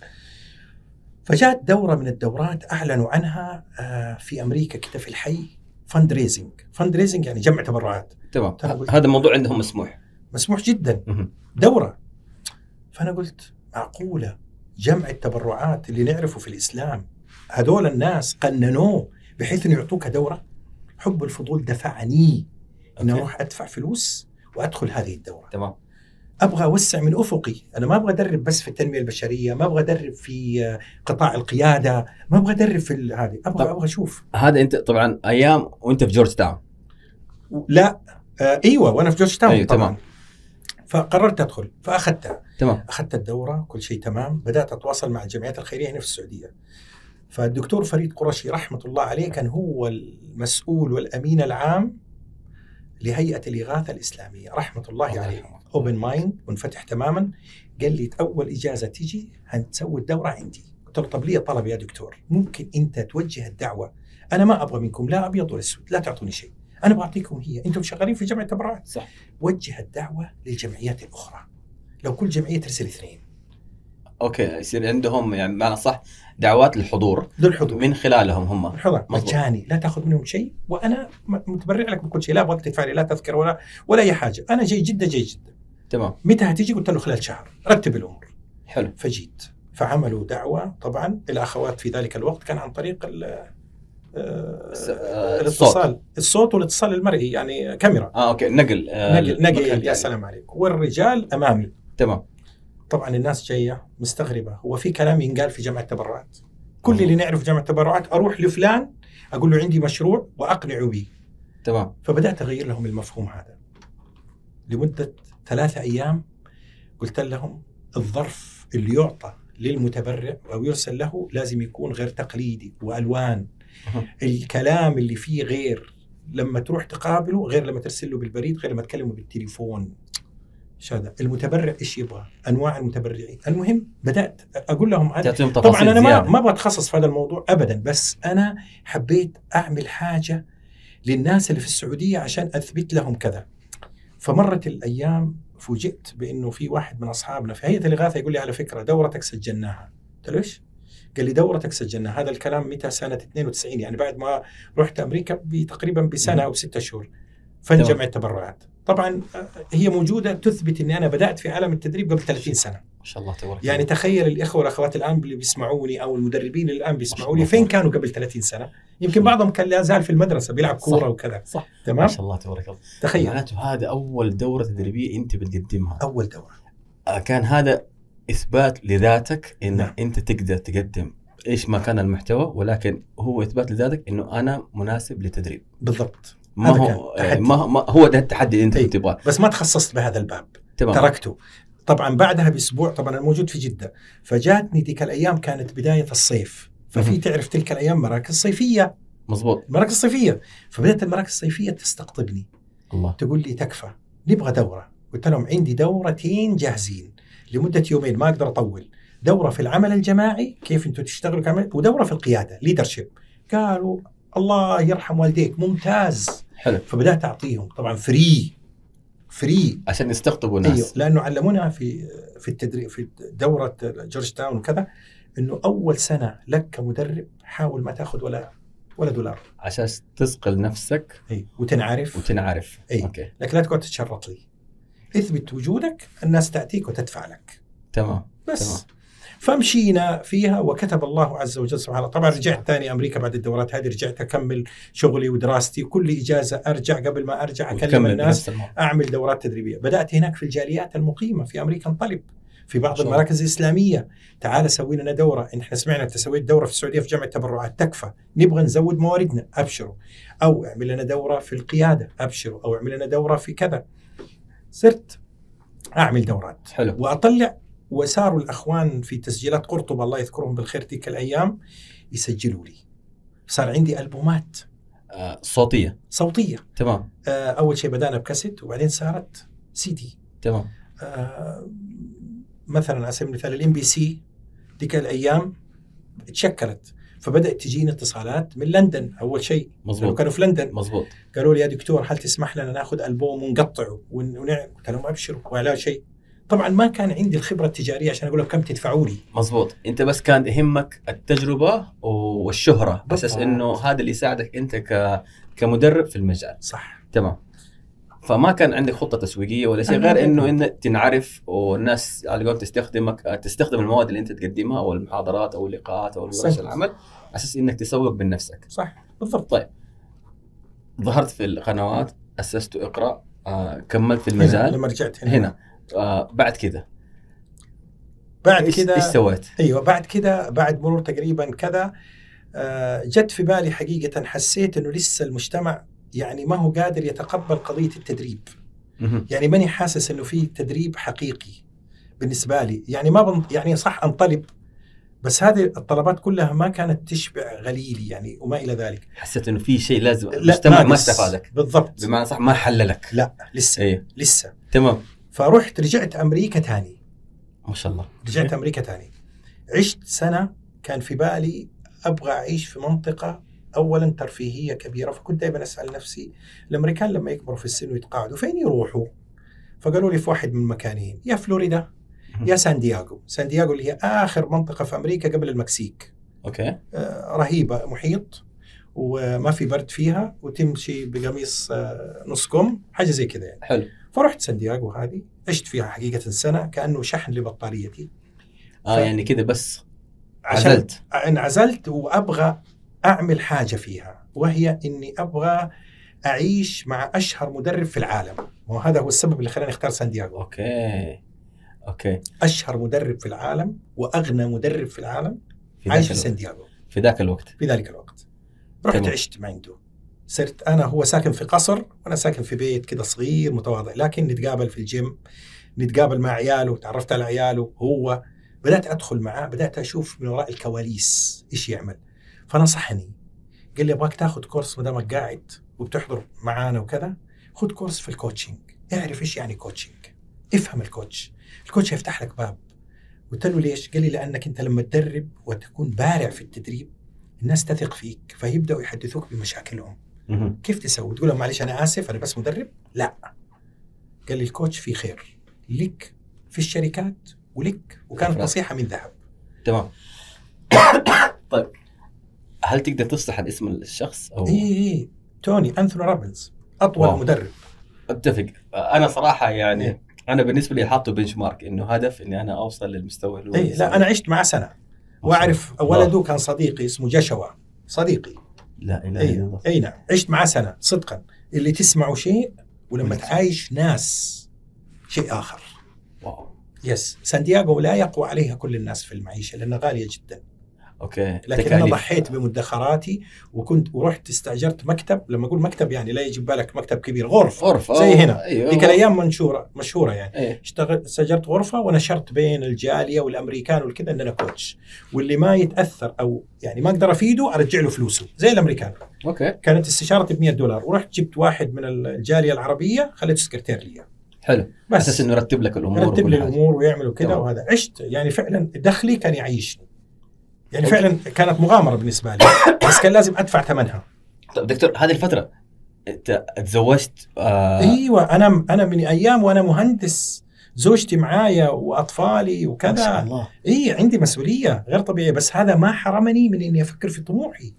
S2: فجاءت دوره من الدورات اعلنوا عنها آه، في امريكا كده في الحي فند ريزنج فند ريزنج يعني جمع تبرعات
S1: تمام
S2: طيب.
S1: ه- هذا الموضوع عندهم مسموح
S2: مسموح جدا
S1: مهم.
S2: دوره فانا قلت معقوله جمع التبرعات اللي نعرفه في الاسلام هذول الناس قننوه بحيث انه يعطوك دوره حب الفضول دفعني اني
S1: أوكي.
S2: اروح ادفع فلوس وادخل هذه الدوره
S1: تمام
S2: ابغى اوسع من افقي، انا ما ابغى ادرب بس في التنميه البشريه، ما ابغى ادرب في آه، قطاع القياده، ما ابغى ادرب في ال- هذه، ابغى
S1: طب.
S2: ابغى اشوف
S1: هذا انت طبعا ايام وانت في جورج تاون
S2: لا آه ايوه وانا في جورج تاون
S1: أيوة،
S2: أيوة
S1: تمام.
S2: طبعا فقررت ادخل فاخذتها
S1: تمام
S2: اخذت الدوره كل شيء تمام بدات اتواصل مع الجمعيات الخيريه هنا في السعوديه فالدكتور فريد قرشي رحمه الله عليه كان هو المسؤول والامين العام لهيئه الاغاثه الاسلاميه رحمه الله
S1: الله
S2: عليه
S1: يرحمه.
S2: اوبن مايند منفتح تماما قال لي اول اجازه تيجي هنسوي الدوره عندي قلت له طب لي طلب يا دكتور ممكن انت توجه الدعوه انا ما ابغى منكم لا ابيض ولا اسود لا تعطوني شيء انا بعطيكم هي انتم شغالين في جمعيه تبرعات
S1: صح.
S2: وجه الدعوه للجمعيات الاخرى لو كل جمعيه ترسل اثنين
S1: اوكي يصير عندهم يعني بمعنى صح دعوات للحضور
S2: دول حضور
S1: من خلالهم هم
S2: الحضور
S1: مظبوط.
S2: مجاني لا تاخذ منهم شيء وانا م- متبرع لك بكل شيء لا ابغاك تدفع لي لا تذكره ولا ولا اي حاجه انا جاي جده جاي جده
S1: تمام
S2: متى هتيجي قلت له خلال شهر رتب الامور
S1: حلو
S2: فجيت فعملوا دعوة طبعا الأخوات في ذلك الوقت كان عن طريق ال- آه،
S1: س- آه،
S2: الاتصال الصوت والاتصال المرئي يعني كاميرا
S1: اه اوكي نقل آه
S2: نقل نقل
S1: المكان
S2: يا
S1: يعني.
S2: سلام عليك والرجال أمامي
S1: تمام
S2: طبعا الناس جاية مستغربة هو في كلام ينقال في جامعة التبرعات كل اللي نعرف جامعة التبرعات أروح لفلان أقول له عندي مشروع وأقنعه به
S1: تمام
S2: فبدأت أغير لهم المفهوم هذا لمدة ثلاثة أيام قلت لهم الظرف اللي يعطى للمتبرع أو يرسل له لازم يكون غير تقليدي وألوان
S1: أها.
S2: الكلام اللي فيه غير لما تروح تقابله غير لما ترسل له بالبريد غير لما تكلمه بالتليفون ايش هذا المتبرع ايش يبغى انواع المتبرعين المهم بدات اقول لهم هذا
S1: تعطيهم تفاصيل
S2: طبعا انا ما
S1: زيادة.
S2: ما ابغى اتخصص في هذا الموضوع ابدا بس انا حبيت اعمل حاجه للناس اللي في السعوديه عشان اثبت لهم كذا فمرت الايام فوجئت بانه في واحد من اصحابنا في هيئه الاغاثه يقول لي على فكره دورتك سجلناها قلت له ايش؟ قال لي دورتك سجلناها هذا الكلام متى سنه 92 يعني بعد ما رحت امريكا بتقريبا بسنه او ستة شهور فن
S1: تمام.
S2: جمع التبرعات طبعا آه، هي موجوده تثبت اني انا بدات في عالم التدريب قبل 30 سنه
S1: ما شاء الله تبارك
S2: يعني
S1: الله.
S2: تخيل الاخوه والاخوات الان اللي بيسمعوني او المدربين اللي الان بيسمعوني
S1: ما شاء
S2: فين
S1: الله.
S2: كانوا قبل 30 سنه؟ يمكن بعضهم كان لا زال في المدرسه بيلعب
S1: صح. يعني
S2: كوره وكذا
S1: صح ما
S2: تمام؟
S1: شاء الله تبارك الله
S2: تخيل
S1: معناته هذا اول دوره تدريبيه انت بتقدمها
S2: اول دوره
S1: آه، كان هذا اثبات لذاتك
S2: نعم.
S1: انك انت تقدر تقدم ايش ما كان المحتوى ولكن هو اثبات لذاتك انه انا مناسب للتدريب
S2: بالضبط
S1: ما
S2: هذا
S1: هو آه،
S2: كان تحدي. طيب.
S1: ما, هو- ما هو ده التحدي اللي انت
S2: أي.
S1: كنت تبغاه
S2: بس ما تخصصت بهذا الباب
S1: تمام
S2: تركته طبعا بعدها باسبوع طبعا انا موجود في جده فجاتني تلك الايام كانت بدايه الصيف ففي
S1: مهم.
S2: تعرف تلك الايام مراكز صيفيه
S1: مظبوط
S2: مراكز صيفيه فبدات المراكز الصيفيه تستقطبني
S1: الله
S2: تقول لي تكفى نبغى دوره قلت لهم عندي دورتين جاهزين لمده يومين ما اقدر اطول دوره في العمل الجماعي كيف انتم تشتغلوا كعمل ودوره في القياده ليدرشيب قالوا الله يرحم والديك ممتاز
S1: حلو
S2: فبدات اعطيهم طبعا فري فري
S1: عشان يستقطبوا
S2: ايوه
S1: الناس
S2: لانه علمونا في في التدريب في دوره جورج تاون وكذا انه اول سنه لك كمدرب حاول ما تاخذ ولا ولا دولار
S1: عشان تثقل نفسك
S2: اي وتنعرف
S1: وتنعرف
S2: أي.
S1: اوكي
S2: لكن لا تقعد تتشرط لي اثبت وجودك الناس تاتيك وتدفع لك
S1: تمام
S2: بس
S1: تمام.
S2: فمشينا فيها وكتب الله عز وجل سبحانه طبعا رجعت ثاني امريكا بعد الدورات هذه رجعت اكمل شغلي ودراستي كل اجازه ارجع قبل ما ارجع اكلم
S1: وتكمل
S2: الناس
S1: بنفس الموضوع.
S2: اعمل دورات تدريبيه بدات هناك في الجاليات المقيمه في امريكا انطلب في بعض
S1: شاء الله.
S2: المراكز الاسلاميه تعال سوي لنا دوره احنا سمعنا انت سويت دوره في السعوديه في جامعه التبرعات تكفى نبغى نزود مواردنا ابشروا او اعمل لنا دوره في القياده ابشروا او اعمل لنا دوره في كذا صرت اعمل دورات
S1: حلو
S2: واطلع وساروا الاخوان في تسجيلات قرطبه الله يذكرهم بالخير تلك الايام يسجلوا لي صار عندي البومات
S1: آه صوتيه
S2: صوتيه
S1: تمام
S2: آه، اول شيء بدانا بكاسيت وبعدين صارت سي دي
S1: تمام
S2: آه، مثلا على سبيل المثال الام بي سي ذيك الايام تشكلت فبدات تجيني اتصالات من لندن اول شيء لأنه
S1: مظبوط
S2: كانوا في لندن
S1: مظبوط
S2: قالوا لي يا دكتور هل تسمح لنا ناخذ البوم ونقطعه ون- ونع- قلت لهم ابشروا ولا شيء طبعا ما كان عندي الخبره التجاريه عشان اقول لهم كم تدفعوا لي
S1: مظبوط انت بس كان يهمك التجربه والشهره
S2: بالضبط.
S1: اساس انه هذا اللي يساعدك انت ك... كمدرب في المجال
S2: صح
S1: تمام فما كان عندك خطه تسويقيه ولا شيء
S2: أنا ما
S1: غير انه
S2: كنت.
S1: ان تنعرف والناس على قولتك تستخدمك تستخدم المواد اللي انت تقدمها او المحاضرات او اللقاءات او
S2: صحيح.
S1: ورش العمل على اساس انك تسوق بنفسك
S2: صح بالضبط
S1: ظهرت في القنوات اسست اقرا آه، كملت في المجال
S2: لما رجعت هنا,
S1: هنا آه، بعد كذا
S2: بعد
S1: ايش إيش
S2: كذا
S1: سويت؟
S2: ايوه بعد كده بعد مرور تقريبا كذا آه، جت في بالي حقيقه حسيت انه لسه المجتمع يعني ما هو قادر يتقبل قضيه التدريب
S1: مهم.
S2: يعني ماني حاسس انه في تدريب حقيقي بالنسبه لي يعني ما بن... يعني صح انطلب بس هذه الطلبات كلها ما كانت تشبع غليلي يعني وما الى ذلك
S1: حسيت انه في شيء لازم المجتمع ما
S2: ناقص.
S1: استفادك
S2: بالضبط
S1: بمعنى صح ما حللك
S2: لا لسه
S1: ايه
S2: لسه
S1: تمام
S2: فرحت رجعت امريكا ثاني
S1: ما شاء الله
S2: رجعت امريكا ثاني عشت سنه كان في بالي ابغى اعيش في منطقه اولا ترفيهيه كبيره فكنت دائما اسال نفسي الامريكان لما يكبروا في السن ويتقاعدوا فين يروحوا؟ فقالوا لي في واحد من المكانين يا فلوريدا يا سان دياغو، سان دياغو اللي هي اخر منطقه في امريكا قبل المكسيك
S1: اوكي
S2: آه، رهيبه محيط وما في برد فيها وتمشي بقميص آه، نص كم حاجه زي كذا يعني
S1: حلو
S2: فرحت سان دياغو هذه عشت فيها حقيقه سنه كانه شحن لبطاريتي
S1: اه
S2: ف-
S1: يعني كذا بس
S2: عشان
S1: عزلت
S2: انعزلت وابغى اعمل حاجه فيها وهي اني ابغى اعيش مع اشهر مدرب في العالم وهذا هو السبب اللي خلاني اختار سان دياغو
S1: اوكي اوكي
S2: اشهر مدرب في العالم واغنى مدرب في العالم
S1: في
S2: عايش
S1: ذاك
S2: في سان
S1: الوقت.
S2: دياغو
S1: في ذاك الوقت
S2: في ذلك الوقت رحت
S1: تمام.
S2: عشت عنده صرت انا هو ساكن في قصر وانا ساكن في بيت كده صغير متواضع لكن نتقابل في الجيم نتقابل مع عياله تعرفت على عياله هو بدات ادخل معاه بدات اشوف من وراء الكواليس ايش يعمل فنصحني قال لي ابغاك تاخذ كورس ما دامك قاعد وبتحضر معانا وكذا خذ كورس في الكوتشنج اعرف ايش يعني كوتشنج افهم الكوتش الكوتش يفتح لك باب قلت له ليش؟ قال لي لانك انت لما تدرب وتكون بارع في التدريب الناس تثق فيك فيبداوا يحدثوك بمشاكلهم
S1: مهم.
S2: كيف تسوي تقول لهم معلش انا اسف انا بس مدرب لا قال لي الكوتش في خير لك في الشركات ولك وكانت
S1: أفراد.
S2: نصيحه من ذهب
S1: تمام *coughs* طيب هل تقدر تصلح عن اسم الشخص او
S2: اي اي إي. توني انثوني روبنز اطول
S1: واو.
S2: واو. مدرب
S1: اتفق انا صراحه
S2: إيه.
S1: يعني انا بالنسبه لي حاطه بنش مارك انه هدف اني انا اوصل للمستوى اللي هو
S2: اي إيه، لا انا عشت معه سنه واعرف ولده كان صديقي اسمه جشوا صديقي
S1: لا اله الا
S2: اي
S1: الله
S2: اي نعم عشت معاه سنه صدقا اللي تسمعه شيء ولما
S1: ولكن-
S2: تعايش ناس شيء اخر
S1: واو
S2: يس سانتياغو لا يقوى عليها كل الناس في المعيشه لانها غاليه جدا
S1: اوكي
S2: لكن انا
S1: تكاليف.
S2: ضحيت بمدخراتي وكنت ورحت استاجرت مكتب لما اقول مكتب يعني لا يجي بالك مكتب كبير غرفه
S1: غرفه
S2: زي هنا.
S1: ايوه
S2: ذيك الايام منشوره مشهوره يعني
S1: ايه
S2: اشتغل استاجرت غرفه ونشرت بين الجاليه والامريكان والكذا ان انا كوتش واللي ما يتاثر او يعني ما اقدر افيده ارجع له فلوسه زي الامريكان
S1: اوكي
S2: كانت استشارتي ب 100 دولار ورحت جبت واحد من الجاليه العربيه خليته سكرتير لي
S1: حلو
S2: بس
S1: اساس انه رتب لك الامور
S2: رتب
S1: وكل
S2: لي
S1: حاجة.
S2: الامور ويعملوا كذا
S1: تمام.
S2: وهذا عشت يعني فعلا دخلي كان يعيشني يعني
S1: أوكي.
S2: فعلا كانت مغامره بالنسبه لي بس كان لازم ادفع ثمنها
S1: طيب دكتور هذه الفتره انت تزوجت آه
S2: ايوه انا انا من ايام وانا مهندس زوجتي معايا واطفالي
S1: ما شاء
S2: وكذا
S1: الله
S2: اي إيه، عندي مسؤوليه غير طبيعيه بس هذا ما حرمني من اني افكر في طموحي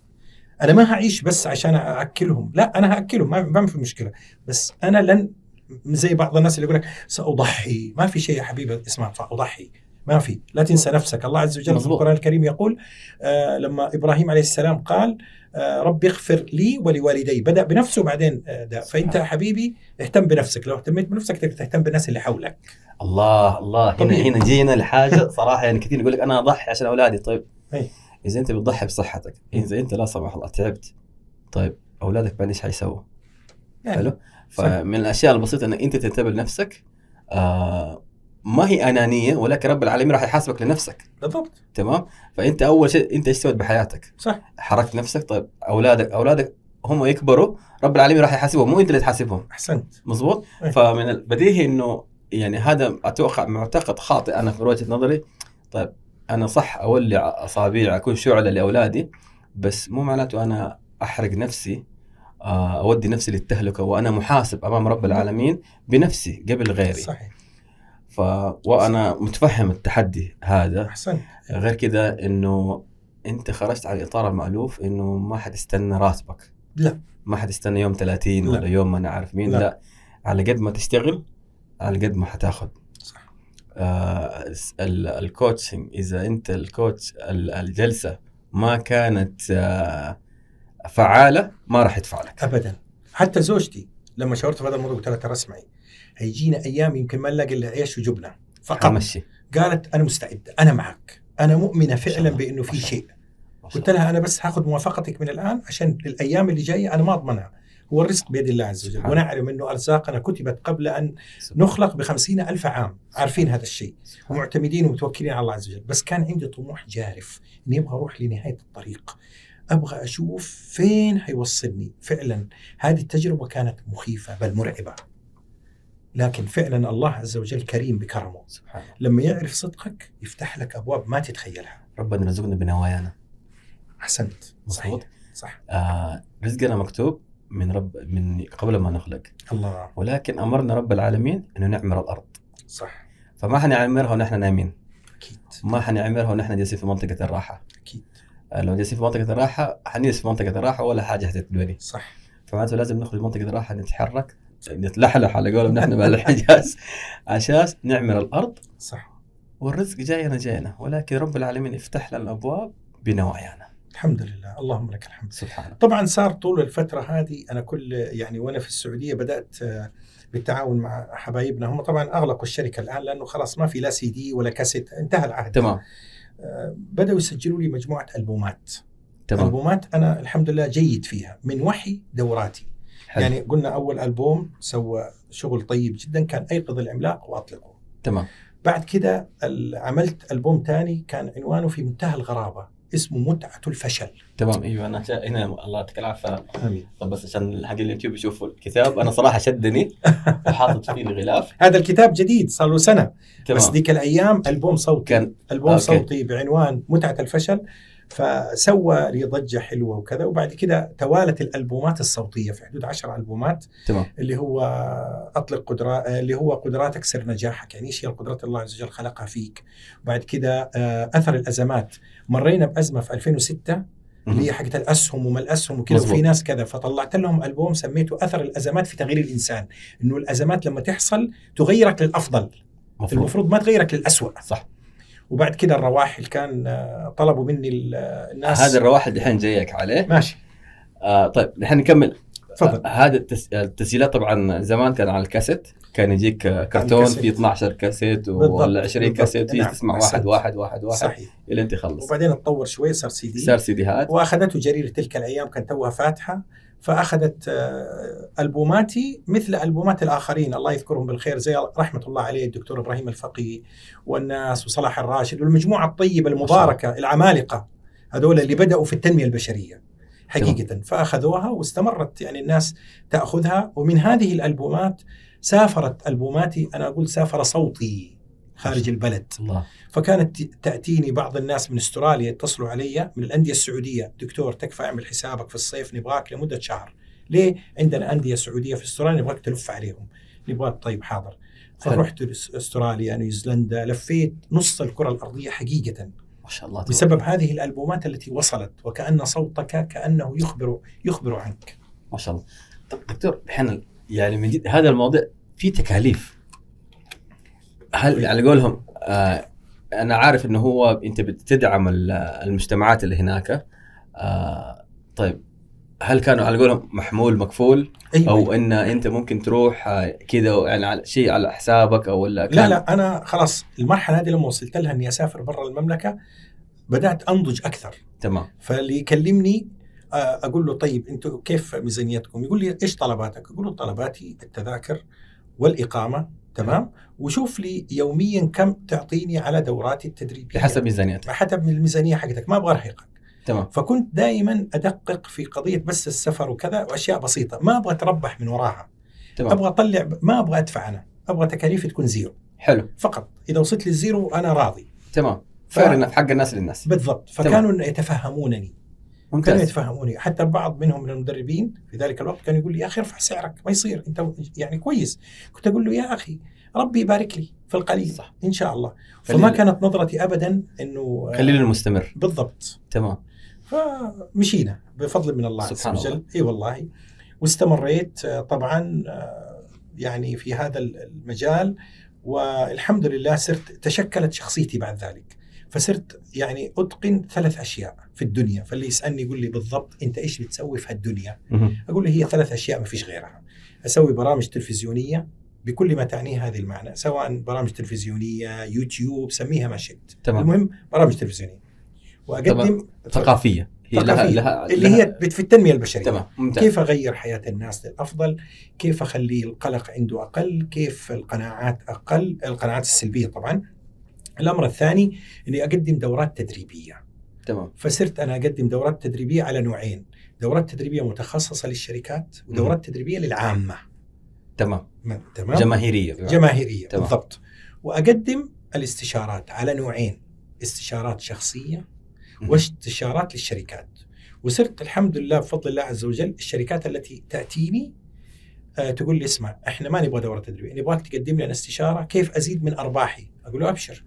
S2: انا ما هعيش بس عشان ااكلهم لا انا هاكلهم ما ما في مشكله بس انا لن زي بعض الناس اللي يقول لك ساضحي ما في شيء يا حبيبي اسمه ساضحي ما في لا تنسى نفسك الله عز وجل في
S1: مظبوط.
S2: القران الكريم يقول آه لما ابراهيم عليه السلام قال آه ربي اغفر لي ولوالدي بدا بنفسه بعدين آه ده فانت يا حبيبي اهتم بنفسك لو اهتميت بنفسك تقدر تهتم بالناس اللي حولك
S1: الله الله هنا
S2: طبيعي.
S1: هنا جينا لحاجه صراحه يعني كثير يقول لك انا اضحي عشان اولادي طيب
S2: أي.
S1: اذا انت بتضحي بصحتك
S2: إيه.
S1: اذا انت لا سمح الله تعبت طيب اولادك بعدين ايش حيسووا؟
S2: يعني
S1: حلو فمن الاشياء البسيطه انك انت تنتبه لنفسك آه ما هي انانيه ولكن رب العالمين راح يحاسبك لنفسك
S2: بالضبط
S1: تمام فانت اول شيء انت ايش سويت بحياتك
S2: صح
S1: حركت نفسك طيب اولادك اولادك هم يكبروا رب العالمين راح يحاسبهم مو انت اللي تحاسبهم
S2: احسنت
S1: مزبوط
S2: أي.
S1: فمن البديهي انه يعني هذا اتوقع معتقد خاطئ انا في وجهه نظري طيب انا صح اولع اصابيع اكون شعله لاولادي بس مو معناته انا احرق نفسي آه، اودي نفسي للتهلكه وانا محاسب امام رب العالمين بنفسي قبل غيري
S2: صحيح
S1: ف وانا متفهم التحدي هذا
S2: احسنت
S1: غير كذا انه انت خرجت على الاطار المالوف انه ما حد استنى راتبك
S2: لا.
S1: ما حد استنى يوم 30
S2: لا.
S1: ولا يوم ما انا عارف مين لا.
S2: لا.
S1: لا على قد ما تشتغل على قد ما حتاخذ
S2: صح.
S1: آه ال- الكوتشنج اذا انت الكوتش ال- الجلسه ما كانت آه فعاله ما راح يدفع لك
S2: ابدا حتى زوجتي لما شاورت في هذا الموضوع قلت لها ترى اسمعي هيجينا ايام يمكن ما نلاقي الا عيش وجبنه فقط
S1: امشي
S2: قالت انا مستعده انا معك انا
S1: شاء
S2: مؤمنه فعلا
S1: الله.
S2: بانه
S1: ما
S2: في
S1: شاء
S2: شيء قلت لها انا بس هاخذ موافقتك من الان عشان الايام اللي جايه انا ما اضمنها هو الرزق بيد الله عز وجل
S1: سبحان.
S2: ونعلم انه ارزاقنا كتبت قبل ان
S1: سبحان-
S2: نخلق بخمسين ألف عام عارفين هذا الشيء ومعتمدين ومتوكلين على الله عز وجل بس كان عندي طموح جارف اني ابغى اروح لنهايه الطريق ابغى اشوف فين حيوصلني فعلا هذه التجربه كانت مخيفه بل مرعبه لكن فعلا الله عز وجل كريم بكرمه
S1: سبحان الله.
S2: لما يعرف صدقك يفتح لك ابواب ما تتخيلها
S1: ربنا رزقنا بنوايانا
S2: احسنت
S1: مظبوط
S2: صحيح. صح
S1: آه رزقنا مكتوب من رب من قبل ما نخلق
S2: الله
S1: ولكن امرنا رب العالمين انه نعمر الارض
S2: صح
S1: فما حنعمرها ونحن نايمين
S2: اكيد
S1: ما حنعمرها ونحن جالسين في منطقه الراحه
S2: اكيد
S1: آه، لو جالسين في منطقه الراحه حنجلس في منطقه الراحه ولا حاجه حتتبني
S2: صح
S1: فمعناته لازم نخرج من منطقه الراحه نتحرك نتلحلح على قولهم نحن مع الحجاز *laughs* عشان نعمر الارض
S2: صح
S1: والرزق جاينا جاينا ولكن رب العالمين يفتح لنا الابواب بنوايانا
S2: الحمد لله اللهم لك الحمد
S1: سبحانه
S2: طبعا صار طول الفترة هذه أنا كل يعني وأنا في السعودية بدأت آه، بالتعاون مع حبايبنا هم طبعا أغلقوا الشركة الآن لأنه خلاص ما في لا سي دي ولا كاسيت انتهى العهد
S1: تمام
S2: آه، بدأوا يسجلوا لي مجموعة ألبومات
S1: تمام
S2: ألبومات أنا الحمد لله جيد فيها من وحي دوراتي
S1: حلو.
S2: يعني قلنا أول ألبوم سوى شغل طيب جدا كان أيقظ العملاق وأطلقه
S1: تمام
S2: بعد كده ال- عملت ألبوم تاني كان عنوانه في منتهى الغرابة اسمه متعة الفشل
S1: تمام ايوه انا جا- هنا الله يعطيك العافيه
S2: آمين
S1: طب بس عشان حق اليوتيوب يشوفوا الكتاب انا صراحه شدني وحاطط فيه الغلاف
S2: هذا الكتاب جديد صار له سنة
S1: تمام
S2: بس ديك الايام البوم صوتي
S1: كان- آه،
S2: كان البوم
S1: أوكي.
S2: أوكي. صوتي بعنوان متعه الفشل فسوى لي ضجه حلوه وكذا وبعد كده توالت الالبومات الصوتيه في حدود 10 البومات
S1: تمام
S2: اللي هو اطلق قدرات اللي هو قدراتك سر نجاحك يعني ايش هي القدرات الله عز وجل خلقها فيك وبعد كده آه، اثر الازمات مرينا بازمه في 2006 اللي هي حقت الاسهم وما الاسهم وكذا
S1: مظبوط.
S2: وفي ناس كذا فطلعت لهم البوم سميته اثر الازمات في تغيير الانسان انه الازمات لما تحصل تغيرك للافضل
S1: مفروض
S2: المفروض ما تغيرك للأسوأ
S1: صح
S2: وبعد كده الرواحل كان آه، طلبوا مني ال- آه، الناس
S1: هذا الرواحل دحين جايك عليه
S2: ماشي
S1: آه طيب نحن نكمل
S2: تفضل
S1: آه، هذا التس... التسجيلات طبعا زمان كان على الكاسيت كان يجيك آه، كرتون
S2: الكاسيت.
S1: فيه 12 كاسيت
S2: بالضبط،
S1: ولا 20
S2: بالضبط.
S1: كاسيت تيجي
S2: نعم،
S1: تسمع واحد
S2: أحسنت.
S1: واحد واحد واحد
S2: صحيح
S1: الى انت تخلص
S2: وبعدين اتطور شوي صار سي دي
S1: صار سيديهات
S2: واخذته جريره تلك الايام كان توها فاتحه فاخذت آه، البوماتي مثل البومات الاخرين الله يذكرهم بالخير زي رحمه الله عليه الدكتور ابراهيم الفقي والناس وصلاح الراشد والمجموعه الطيبه المباركه العمالقه هذول اللي بداوا في التنميه البشريه حقيقه فاخذوها واستمرت يعني الناس تاخذها ومن هذه الالبومات سافرت البوماتي انا اقول سافر صوتي خارج البلد
S1: الله
S2: فكانت تاتيني بعض الناس من استراليا يتصلوا علي من الانديه السعوديه دكتور تكفى اعمل حسابك في الصيف نبغاك لمده شهر ليه عندنا انديه سعوديه في استراليا نبغاك تلف عليهم نبغاك طيب حاضر فرحت لس- استراليا نيوزيلندا لفيت نص الكره الارضيه حقيقه
S1: ما شاء الله تبارك.
S2: بسبب هذه الالبومات التي وصلت وكان صوتك كانه يخبر يخبر عنك
S1: ما شاء الله طب دكتور الحين يعني من جد هذا الموضوع فيه تكاليف
S2: طيب.
S1: هل على قولهم آه انا عارف انه هو انت بتدعم ال- المجتمعات اللي هناك آه طيب هل كانوا على قولهم محمول مكفول
S2: طيب.
S1: او ان انت ممكن تروح آه، كذا يعني على شيء على حسابك او ولا
S2: لا لا انا خلاص المرحله هذه لما وصلت لها اني اسافر برا المملكه بدات انضج اكثر
S1: تمام
S2: فاللي يكلمني آه، اقول له طيب انتم كيف ميزانيتكم؟ يقول لي ايش طلباتك؟ اقول له طلباتي التذاكر والاقامه تمام؟ وشوف لي يوميا كم تعطيني على دوراتي التدريبيه
S1: بحسب ميزانيتك
S2: حسب الميزانيه حقتك ما ابغى ارهقك
S1: تمام
S2: فكنت دائما ادقق في قضيه بس السفر وكذا واشياء بسيطه ما ابغى اتربح من وراها
S1: تمام
S2: ابغى اطلع ما ابغى ادفع انا ابغى تكاليفي تكون زيرو
S1: حلو
S2: فقط اذا وصلت للزيرو انا راضي
S1: تمام
S2: ف-
S1: فعلا حق الناس للناس
S2: بالضبط فكانوا يتفهمونني كانوا
S1: ممتاز
S2: يتفهموني حتى بعض منهم من المدربين في ذلك الوقت كانوا يقول لي يا اخي ارفع سعرك ما يصير انت يعني كويس كنت اقول له يا اخي ربي يبارك لي في القليل
S1: صح
S2: ان شاء الله فما
S1: خلينا-
S2: كانت نظرتي ابدا انه آه،
S1: خلينا المستمر
S2: بالضبط
S1: تمام
S2: فمشينا بفضل من الله عز
S1: سبحان
S2: وجل
S1: الله.
S2: اي والله واستمريت آه، طبعا آه، يعني في هذا المجال والحمد لله صرت تشكلت شخصيتي بعد ذلك فصرت يعني اتقن ثلاث اشياء في الدنيا فاللي يسالني يقول لي بالضبط انت ايش بتسوي في هالدنيا؟
S1: مهم.
S2: اقول له هي ثلاث اشياء ما فيش غيرها اسوي برامج تلفزيونيه بكل ما تعنيه هذه المعنى سواء برامج تلفزيونيه يوتيوب سميها ما شئت
S1: تمام
S2: المهم برامج تلفزيونيه واقدم
S1: ثقافيه هي لها
S2: ثقافية.
S1: لها
S2: اللي
S1: لها-
S2: هي بت- في التنميه البشريه
S1: تمام ممتاز
S2: كيف اغير حياه الناس للافضل؟ كيف اخلي القلق عنده اقل؟ كيف القناعات اقل؟ القناعات السلبيه طبعا. الامر الثاني اني اقدم دورات تدريبيه،
S1: تمام
S2: فصرت انا اقدم دورات تدريبيه على نوعين، دورات تدريبيه متخصصه للشركات ودورات تدريبيه للعامه.
S1: تمام
S2: تمام؟
S1: جماهيريه
S2: جماهيريه
S1: تمام.
S2: بالضبط. واقدم الاستشارات على نوعين، استشارات شخصيه
S1: مم.
S2: واستشارات للشركات وصرت الحمد لله بفضل الله عز وجل الشركات التي تاتيني آه، تقول لي اسمع احنا ما نبغى دوره تدريبيه نبغاك تقدم لنا استشاره كيف ازيد من ارباحي اقول له *coughs* ابشر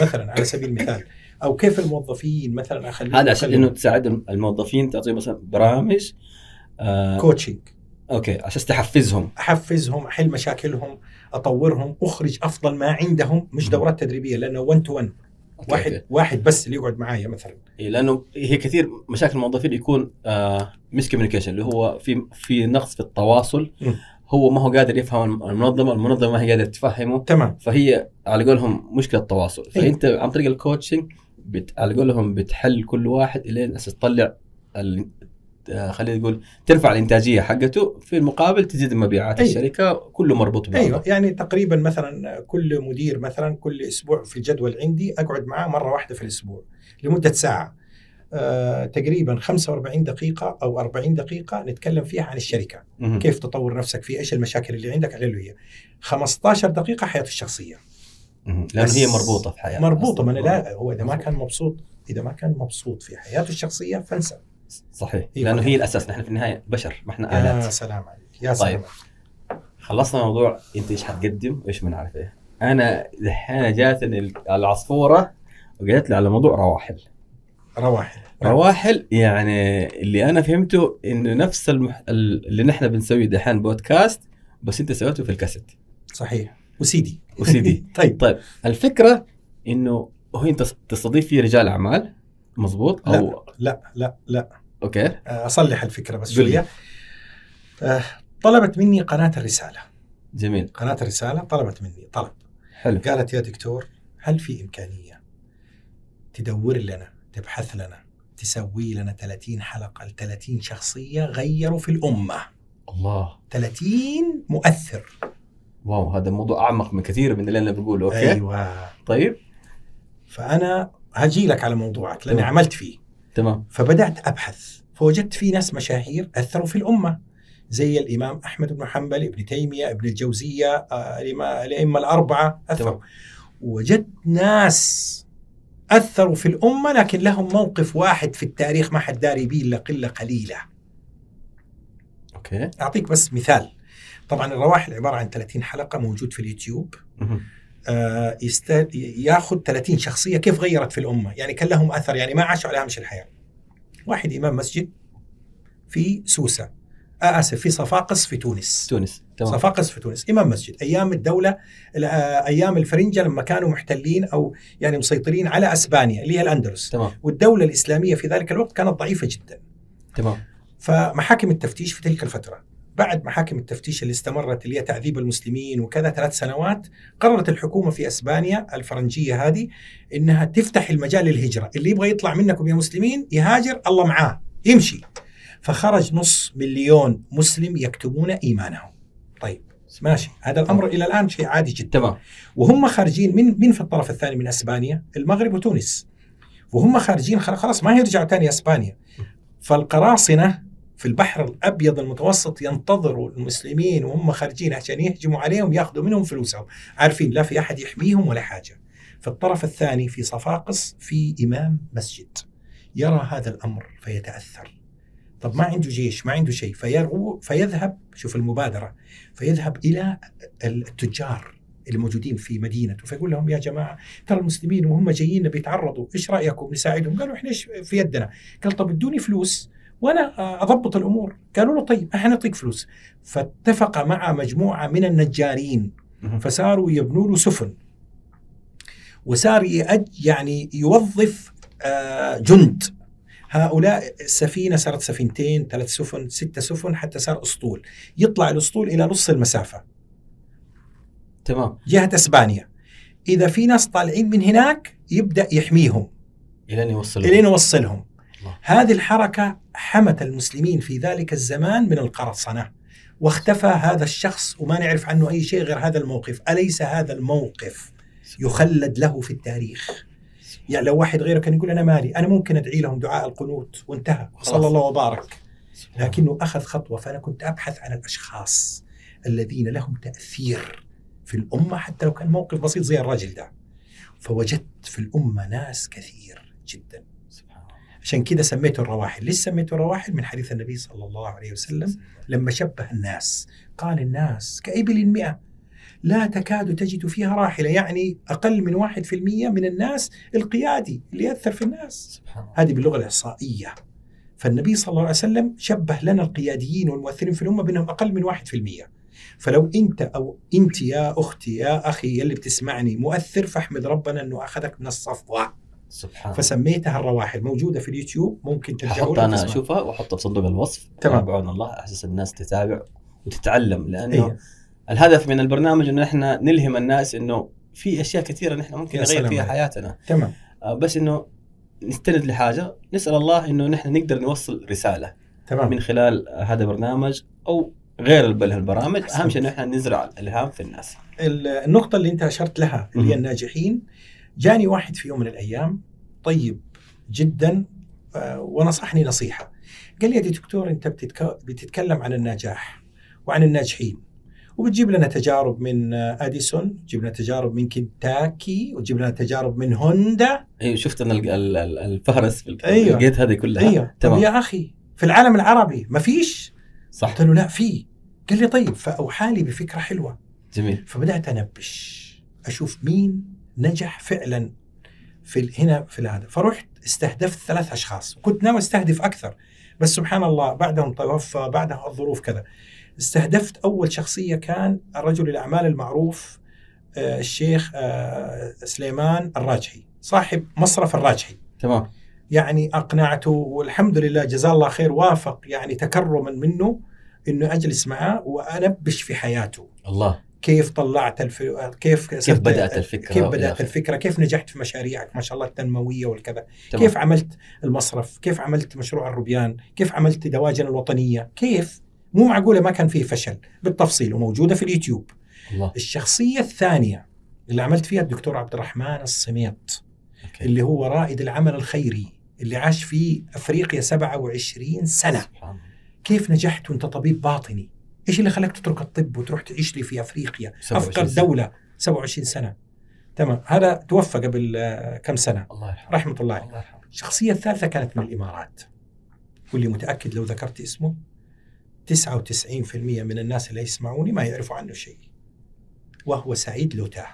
S2: مثلا على سبيل المثال او كيف الموظفين مثلا اخليهم
S1: هذا عشان
S2: يتكلموا.
S1: انه تساعد الموظفين تعطيهم مثلا برامج آه
S2: كوتشنج
S1: اوكي عشان تحفزهم
S2: احفزهم احل مشاكلهم اطورهم اخرج افضل ما عندهم مش
S1: مم.
S2: دورات تدريبيه لانه 1 تو 1
S1: أوكي،
S2: واحد
S1: أوكي.
S2: واحد بس اللي يقعد معايا مثلا
S1: إيه، لانه هي كثير مشاكل الموظفين يكون آه مس كوميونيكيشن اللي هو في في نقص في التواصل
S2: مم.
S1: هو ما هو قادر يفهم المنظمه المنظمه ما هي قادره تفهمه
S2: تمام
S1: فهي على قولهم مشكله تواصل
S2: أيوة.
S1: فانت عن طريق الكوتشنج بت... على قولهم بتحل كل واحد الين اساس تطلع ال... آه، خلينا نقول ترفع الانتاجيه حقته في المقابل تزيد مبيعات
S2: أيوة.
S1: الشركه كله مربوط ببعضه
S2: ايوه يعني تقريبا مثلا كل مدير مثلا كل اسبوع في الجدول عندي اقعد معاه مره واحده في الاسبوع لمده ساعه آه تقريبا 45 دقيقه او 40 دقيقه نتكلم فيها عن الشركه
S1: مهم.
S2: كيف تطور نفسك في ايش المشاكل اللي عندك حلله هي 15 دقيقه حياه الشخصيه
S1: مهم. لانه
S2: بس
S1: هي مربوطه في حياتي
S2: مربوطه ما أنا لا هو اذا ما كان مبسوط اذا ما كان مبسوط في حياته الشخصيه فانسى
S1: آه. صحيح
S2: أيوة. آه.
S1: لانه هي الاساس نحن في النهايه بشر ما احنا
S2: يا
S1: الات
S2: سلام عليك يا
S1: طيب.
S2: سلام
S1: خلصنا موضوع انت ايش حتقدم وايش ما نعرف ايه انا دحين جاتني ال- العصفوره وقالت لي على موضوع رواحل
S2: رواحل
S1: رواحل يعني اللي انا فهمته انه نفس المح... ال- اللي نحن بنسويه دحين بودكاست بس انت سويته في الكاسيت
S2: صحيح وسيدي
S1: وسيدي.
S2: *laughs* طيب
S1: طيب الفكره انه هو انت تستضيف فيه رجال اعمال مظبوط او
S2: لا لا لا
S1: اوكي
S2: اصلح الفكره آه، بس
S1: قل لي.
S2: شويه آه، طلبت مني قناه الرساله
S1: جميل
S2: قناه الرساله طلبت مني طلب
S1: حلو
S2: قالت يا دكتور هل في امكانيه تدور لنا تبحث لنا تسوي لنا 30 حلقه ل 30 شخصيه غيروا في الامه
S1: الله
S2: 30 مؤثر
S1: واو هذا الموضوع اعمق من كثير من اللي انا بقوله اوكي أيوة.
S2: ايوه
S1: طيب
S2: فانا هجي لك على موضوعك لاني
S1: تمام.
S2: عملت فيه
S1: تمام
S2: فبدأت أبحث فوجدت في ناس مشاهير أثروا في الأمة زي الإمام أحمد بن حنبل ابن تيمية ابن الجوزية آه، الإما- الأئمة الأربعة أثروا
S1: تمام.
S2: وجدت ناس أثروا في الأمة لكن لهم موقف واحد في التاريخ ما حد داري به إلا قلة قليلة
S1: اوكي
S2: أعطيك بس مثال طبعا الرواحل عبارة عن 30 حلقة موجود في اليوتيوب
S1: مهم.
S2: آه، يست... ياخذ 30 شخصيه كيف غيرت في الامه، يعني كان لهم اثر يعني ما عاشوا على هامش الحياه. واحد امام مسجد في سوسه آه اسف في صفاقس في تونس
S1: تونس تمام
S2: صفاقس في تونس امام مسجد ايام الدوله ال- آه، ايام الفرنجه لما كانوا محتلين او يعني مسيطرين على اسبانيا اللي هي الاندلس
S1: تمام
S2: والدوله الاسلاميه في ذلك الوقت كانت ضعيفه جدا.
S1: تمام
S2: فمحاكم التفتيش في تلك الفترة بعد محاكم التفتيش اللي استمرت اللي هي تعذيب المسلمين وكذا ثلاث سنوات قررت الحكومة في أسبانيا الفرنجية هذه إنها تفتح المجال للهجرة اللي يبغى يطلع منكم يا مسلمين يهاجر الله معاه يمشي فخرج نص مليون مسلم يكتمون إيمانهم طيب ماشي هذا الأمر إلى الآن شيء عادي جدا
S1: تمام
S2: وهم خارجين من من في الطرف الثاني من اسبانيا؟ المغرب وتونس. وهم خارجين خل- خلاص ما هيرجعوا ثاني اسبانيا. فالقراصنه في البحر الابيض المتوسط ينتظروا المسلمين وهم خارجين عشان يهجموا عليهم ياخذوا منهم فلوسهم، عارفين لا في احد يحميهم ولا حاجه. في الطرف الثاني في صفاقس في امام مسجد يرى هذا الامر فيتاثر. طب ما عنده جيش، ما عنده شيء، فيرو فيذهب شوف المبادره فيذهب الى التجار الموجودين في مدينته فيقول لهم يا جماعه ترى المسلمين وهم جايين بيتعرضوا ايش رايكم نساعدهم؟ قالوا احنا ايش في يدنا؟ قال طب ادوني فلوس وانا آه، اضبط الامور قالوا له طيب احنا نعطيك فلوس فاتفق مع مجموعه من النجارين
S1: مهم.
S2: فصاروا يبنوا له سفن وصار يأج يعني يوظف آه، جند هؤلاء السفينه صارت سفينتين ثلاث سفن ستة سفن حتى صار اسطول يطلع الاسطول الى نص المسافه
S1: تمام
S2: جهة اسبانيا اذا في ناس طالعين من هناك يبدا يحميهم
S1: الين يوصل
S2: الين يوصلهم الله. هذه الحركة حمت المسلمين في ذلك الزمان من القرصنة واختفى هذا الشخص وما نعرف عنه أي شيء غير هذا الموقف أليس هذا الموقف يخلد له في التاريخ يعني لو واحد غيره كان يقول أنا مالي أنا ممكن أدعي لهم دعاء القنوت وانتهى صلى الله وبارك لكنه أخذ خطوة فأنا كنت أبحث عن الأشخاص الذين لهم تأثير في الأمة حتى لو كان موقف بسيط زي الراجل ده فوجدت في الأمة ناس كثير جدا عشان كده سميته الرواحل ليش سميته الرواحل من حديث النبي صلى الله عليه وسلم لما شبه الناس قال الناس كإبل مئة لا تكاد تجد فيها راحلة يعني أقل من واحد في المية من الناس القيادي اللي يأثر في الناس هذه باللغة الإحصائية فالنبي صلى الله عليه وسلم شبه لنا القياديين والمؤثرين في الأمة بأنهم أقل من واحد في المية فلو أنت أو أنت يا أختي يا أخي اللي بتسمعني مؤثر فاحمد ربنا أنه أخذك من الصفوة
S1: سبحان
S2: فسميتها الرواحل موجودة في اليوتيوب ممكن
S1: ححط
S2: ترجعوا
S1: انا اشوفها واحطها في صندوق الوصف
S2: تمام.
S1: تابعونا الله احسس الناس تتابع وتتعلم لانه
S2: أيه.
S1: الهدف من البرنامج انه احنا نلهم الناس انه في اشياء كثيره نحن ممكن
S2: يا
S1: نغير
S2: سلام
S1: فيها
S2: عليك.
S1: حياتنا
S2: تمام
S1: آه، بس انه نستند لحاجه نسال الله انه نحن نقدر نوصل رساله
S2: تمام
S1: من خلال هذا البرنامج او غير البل- البرامج
S2: أحسنت.
S1: اهم شيء انه احنا نزرع الالهام في الناس
S2: ال- النقطة اللي أنت أشرت لها اللي
S1: مهم.
S2: هي الناجحين جاني واحد في يوم من الأيام طيب جدا آه، ونصحني نصيحة قال لي يا دكتور أنت بتتك- بتتكلم عن النجاح وعن الناجحين وبتجيب لنا تجارب من آه، أديسون تجيب لنا تجارب من كنتاكي وتجيب لنا تجارب من هوندا
S1: ايوه شفت انا الج- ال- ال- الفهرس في الكتاب
S2: أيوة.
S1: لقيت هذه كلها
S2: أيوة طب
S1: تمام.
S2: يا أخي في العالم العربي ما فيش
S1: صح
S2: قلت له لا في قال لي طيب فأوحالي بفكرة حلوة
S1: جميل
S2: فبدات انبش اشوف مين نجح فعلا في ال- هنا في هذا فرحت استهدفت ثلاث اشخاص كنت ناوي استهدف اكثر بس سبحان الله بعدهم توفى بعدها الظروف كذا استهدفت اول شخصيه كان رجل الاعمال المعروف آه، الشيخ آه، سليمان الراجحي صاحب مصرف الراجحي
S1: تمام
S2: يعني اقنعته والحمد لله جزاه الله خير وافق يعني تكرما منه انه اجلس معاه وانبش في حياته
S1: الله
S2: كيف طلعت الف... كيف
S1: كيف بدات الفكره
S2: كيف
S1: وإلى
S2: بدات
S1: آخره.
S2: الفكره كيف نجحت في مشاريعك ما شاء الله التنمويه والكذا
S1: تمام.
S2: كيف عملت المصرف كيف عملت مشروع الروبيان كيف عملت دواجن الوطنيه كيف مو معقوله ما كان فيه فشل بالتفصيل وموجوده في اليوتيوب
S1: الله
S2: الشخصيه الثانيه اللي عملت فيها الدكتور عبد الرحمن الصميط
S1: أوكي.
S2: اللي هو رائد العمل الخيري اللي عاش في افريقيا 27 سنه
S1: سبحان الله.
S2: كيف نجحت وانت طبيب باطني ايش اللي خلاك تترك الطب وتروح تعيش لي في افريقيا
S1: 27
S2: افقر
S1: سنة.
S2: دوله 27 سنه تمام هذا توفى قبل آه، كم سنه
S1: الله يرحمه
S2: رحمه الله عليه
S1: الله يرحمه
S2: الشخصيه الثالثه كانت من الامارات واللي متاكد لو ذكرت اسمه 99% من الناس اللي يسمعوني ما يعرفوا عنه شيء وهو سعيد لوتاه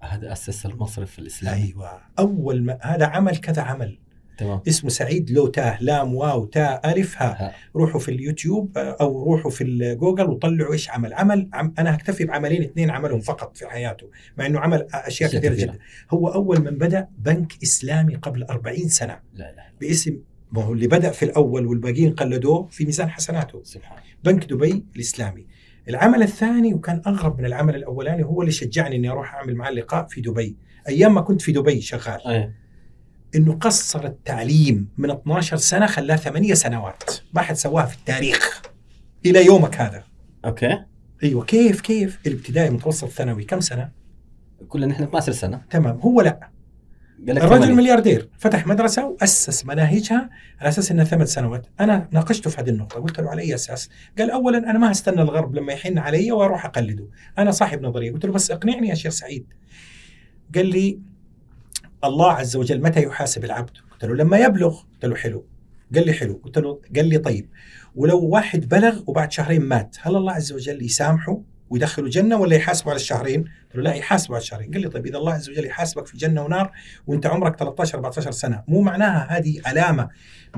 S1: هذا اسس المصرف الاسلامي
S2: ايوه اول ما هذا عمل كذا عمل
S1: تمام
S2: اسمه سعيد لوتاه لام واو تاء الف هاء
S1: ها.
S2: روحوا في اليوتيوب آه، او روحوا في الجوجل وطلعوا ايش عمل عمل عم انا هكتفي بعملين اثنين عملهم فقط في حياته مع انه عمل آه، اشياء
S1: أشياء
S2: كثيره
S1: كثيرة.
S2: جدا هو اول من بدا بنك اسلامي قبل 40 سنه
S1: لا لا
S2: باسم ما هو اللي بدا في الاول والباقيين قلدوه في ميزان حسناته
S1: سبحان الله
S2: بنك دبي الاسلامي العمل الثاني وكان اغرب من العمل الاولاني هو اللي شجعني اني اروح اعمل معاه لقاء في دبي ايام ما كنت في دبي شغال
S1: أيه.
S2: انه قصر التعليم من 12 سنه خلاه 8 سنوات ما حد سواها في التاريخ الى يومك هذا
S1: اوكي
S2: ايوه كيف كيف الابتدائي متوسط ثانوي كم سنه
S1: كلنا نحن 12 سنه
S2: تمام هو لا
S1: قال لك
S2: الرجل
S1: ثمانية.
S2: ملياردير فتح مدرسه واسس مناهجها على اساس انها ثمان سنوات انا ناقشته في هذه النقطه قلت له على اي اساس قال اولا انا ما هستنى الغرب لما يحن علي واروح اقلده انا صاحب نظريه قلت له بس اقنعني يا شيخ سعيد قال لي الله عز وجل متى يحاسب العبد قلت له لما يبلغ قلت له حلو قال لي حلو قلت له قال لي طيب ولو واحد بلغ وبعد شهرين مات هل الله عز وجل يسامحه ويدخله جنة ولا يحاسبه على الشهرين؟ قلت له لا يحاسبه على الشهرين، قال لي طيب اذا الله عز وجل يحاسبك في جنة ونار وانت عمرك 13 14 سنة، مو معناها هذه علامة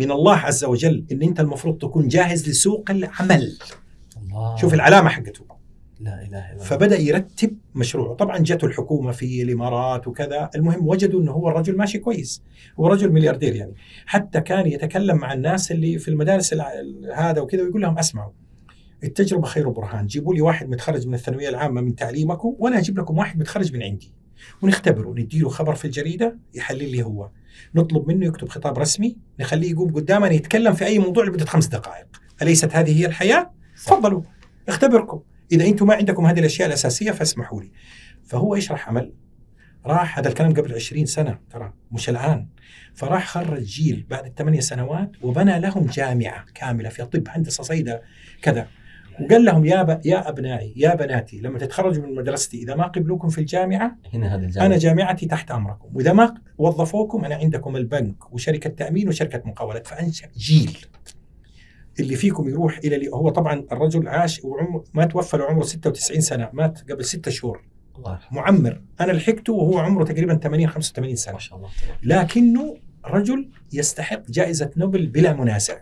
S2: من الله عز وجل ان انت المفروض تكون جاهز لسوق العمل،
S1: الله
S2: شوف العلامة حقته.
S1: لا اله الا الله
S2: فبدا يرتب مشروعه طبعا جته الحكومه في الامارات وكذا المهم وجدوا انه هو الرجل ماشي كويس هو رجل ملياردير يعني حتى كان يتكلم مع الناس اللي في المدارس الع- ال- هذا وكذا ويقول لهم اسمعوا التجربه خير برهان جيبوا لي واحد متخرج من الثانويه العامه من تعليمكم وانا اجيب لكم واحد متخرج من عندي ونختبره نديله خبر في الجريده يحلل لي هو نطلب منه يكتب خطاب رسمي نخليه يقوم قدامنا يتكلم في اي موضوع لمده خمس دقائق اليست هذه هي الحياه تفضلوا اختبركم اذا انتم ما عندكم هذه الاشياء الاساسيه فاسمحوا لي فهو ايش راح عمل راح هذا الكلام قبل 20 سنه ترى مش الان فراح خرج جيل بعد الثمانيه سنوات وبنى لهم جامعه كامله في طب هندسه صيدله كذا وقال لهم يا ب... يا ابنائي يا بناتي لما تتخرجوا من مدرستي اذا ما قبلوكم في الجامعه
S1: هنا هذا الجامعة
S2: انا جامعتي تحت امركم واذا ما وظفوكم انا عندكم البنك وشركه تامين وشركه مقاولات فانشا جيل اللي فيكم يروح الى اللي هو طبعا الرجل عاش وعمر ما توفى له عمره 96 سنه مات قبل ستة شهور
S1: الله يرحمه
S2: معمر انا لحقته وهو عمره تقريبا 80 85 سنه
S1: ما شاء الله
S2: لكنه رجل يستحق جائزه نوبل بلا منازع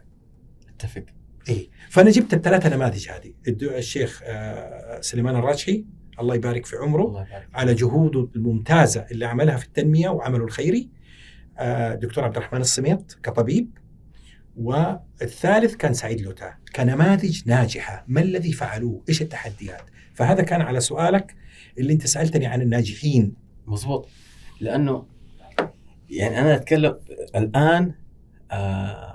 S1: اتفق
S2: اي فانا جبت الثلاثه نماذج هذه الد- الشيخ آه، سليمان الراشحي الله يبارك في عمره
S1: الله يبارك
S2: على جهوده الممتازه اللي عملها في التنميه وعمله الخيري آه، دكتور عبد الرحمن السميط كطبيب والثالث كان سعيد لوتا كنماذج ناجحه ما الذي فعلوه ايش التحديات فهذا كان على سؤالك اللي انت سالتني عن الناجحين
S1: مظبوط لانه يعني انا اتكلم الان آه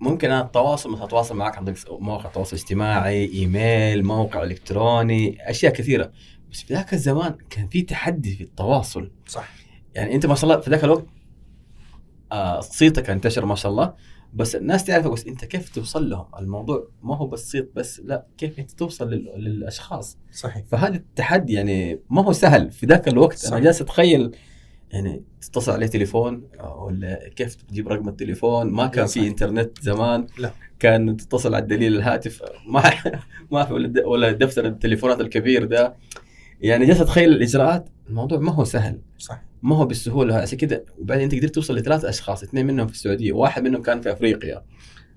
S1: ممكن انا اتواصل مثلا اتواصل معك عن طريق مواقع تواصل اجتماعي ايميل موقع الكتروني اشياء كثيره بس في ذاك الزمان كان في تحدي في التواصل
S2: صح
S1: يعني انت ما شاء الله في ذاك الوقت آه صيتك انتشر ما شاء الله بس الناس تعرفك بس انت كيف توصل لهم الموضوع ما هو بس صيت بس لا كيف انت توصل لل- للاشخاص
S2: صحيح
S1: فهذا التحدي يعني ما هو سهل في ذاك الوقت
S2: صح.
S1: انا جالس اتخيل يعني تتصل عليه تليفون آه، ولا كيف تجيب رقم التليفون ما كان
S2: لا، صح.
S1: في انترنت زمان
S2: لا.
S1: كان تتصل على الدليل الهاتف *laughs* آه، ما ما في ولا د- ولا دفتر التليفونات الكبير ده يعني جالس اتخيل الاجراءات الموضوع ما هو سهل
S2: صح
S1: ما هو بالسهوله عشان كده وبعدين انت قدرت توصل لثلاث اشخاص اثنين منهم في السعوديه واحد منهم كان في افريقيا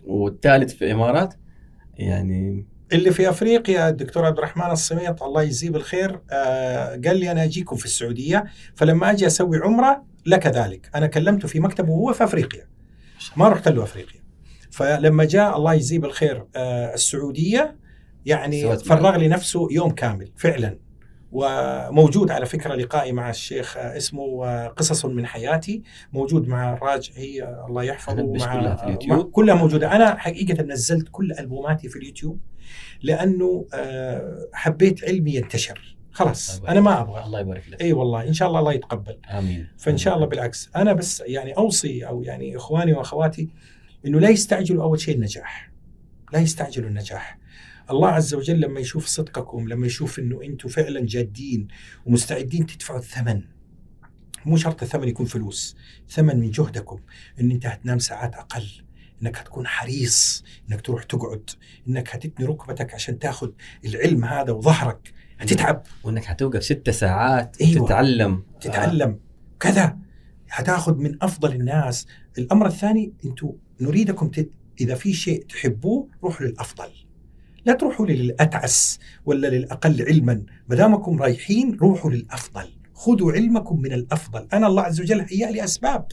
S1: والثالث في الامارات يعني
S2: اللي في افريقيا الدكتور عبد الرحمن السميط الله يجزيه بالخير آه قال لي انا اجيكم في السعوديه فلما اجي اسوي عمره لك ذلك انا كلمته في مكتبه وهو في افريقيا ما رحت له افريقيا فلما جاء الله يجزيه بالخير آه السعوديه يعني
S1: سوت
S2: فرغ لي نفسه يوم كامل فعلا وموجود على فكره لقائي مع الشيخ آه، اسمه آه، قصص من حياتي موجود مع راج هي آه، الله يحفظه
S1: أنا أدبش
S2: مع آه،
S1: كلها في اليوتيوب.
S2: مع- كلها موجوده انا حقيقه نزلت كل البوماتي في اليوتيوب لانه آه، حبيت علمي ينتشر خلاص
S1: الله
S2: انا ما ابغى
S1: الله يبارك لك
S2: اي والله ان شاء الله الله يتقبل
S1: امين
S2: فان شاء الله بالعكس انا بس يعني اوصي او يعني اخواني واخواتي انه لا يستعجلوا اول شيء النجاح لا يستعجلوا النجاح الله عز وجل لما يشوف صدقكم لما يشوف انه انتم فعلا جادين ومستعدين تدفعوا الثمن مو شرط الثمن يكون فلوس ثمن من جهدكم ان انت هتنام ساعات اقل انك هتكون حريص انك تروح تقعد انك هتتني ركبتك عشان تاخذ العلم هذا وظهرك هتتعب
S1: وانك حتوقف ست ساعات
S2: أيوة.
S1: تتعلم
S2: تتعلم كذا هتاخذ من افضل الناس الامر الثاني انتم نريدكم تت... اذا في شيء تحبوه روحوا للافضل لا تروحوا للاتعس ولا للاقل علما ما دامكم رايحين روحوا للافضل خذوا علمكم من الافضل انا الله عز وجل هيأ لي اسباب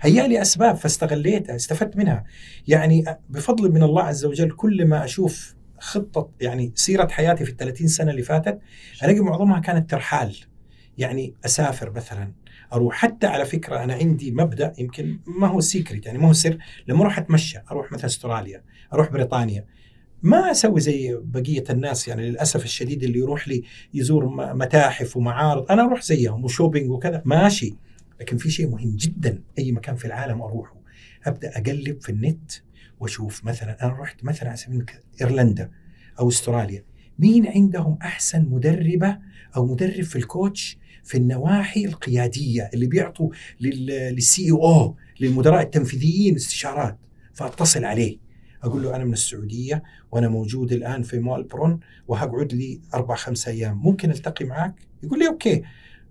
S2: هيأ لي اسباب فاستغليتها استفدت منها يعني بفضل من الله عز وجل كل ما اشوف خطه يعني سيره حياتي في ال 30 سنه اللي فاتت الاقي معظمها كانت ترحال يعني اسافر مثلا اروح حتى على فكره انا عندي مبدا يمكن ما هو سيكريت يعني ما هو سر لما اروح اتمشى اروح مثلا استراليا اروح بريطانيا ما اسوي زي بقيه الناس يعني للاسف الشديد اللي يروح لي يزور م- متاحف ومعارض انا اروح زيهم وشوبينج وكذا ماشي لكن في شيء مهم جدا اي مكان في العالم اروحه ابدا اقلب في النت واشوف مثلا انا رحت مثلا على سبيل المثال ايرلندا او استراليا مين عندهم احسن مدربه او مدرب في الكوتش في النواحي القياديه اللي بيعطوا للسي او للمدراء التنفيذيين استشارات فاتصل عليه اقول له انا من السعوديه وانا موجود الان في مول برون وهقعد لي اربع خمس ايام ممكن التقي معاك؟ يقول لي اوكي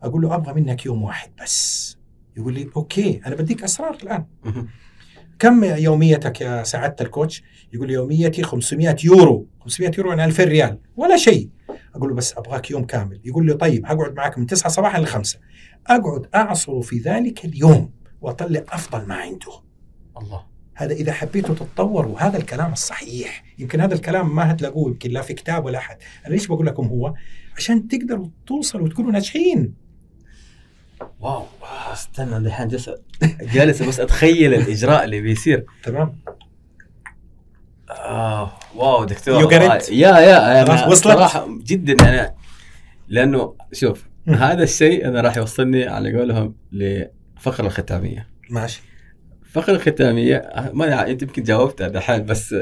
S2: اقول له ابغى منك يوم واحد بس يقول لي اوكي انا بديك اسرار الان
S1: مهم.
S2: كم يوميتك يا سعاده الكوتش؟ يقول لي يوميتي 500 يورو 500 يورو يعني 2000 ريال ولا شيء اقول له بس ابغاك يوم كامل يقول لي طيب هقعد معك من 9 صباحا ل 5 اقعد اعصر في ذلك اليوم واطلع افضل ما عنده
S1: الله
S2: هذا اذا حبيتوا تتطوروا هذا الكلام الصحيح يمكن هذا الكلام ما هتلاقوه يمكن لا في كتاب ولا احد انا ليش بقول لكم هو عشان تقدروا توصلوا وتكونوا ناجحين
S1: واو آه، استنى دحين جالس *laughs* جالس بس اتخيل الاجراء اللي بيصير
S2: تمام
S1: آه واو دكتور
S2: You get
S1: والله.
S2: it؟
S1: يا يا انا
S2: خلاص وصلت؟
S1: صراحه جدا انا لانه شوف هذا الشيء انا راح يوصلني على قولهم لفقره الختاميه
S2: ماشي
S1: الفقرة الختامية ما أنا- انت يمكن جاوبتها دحين بس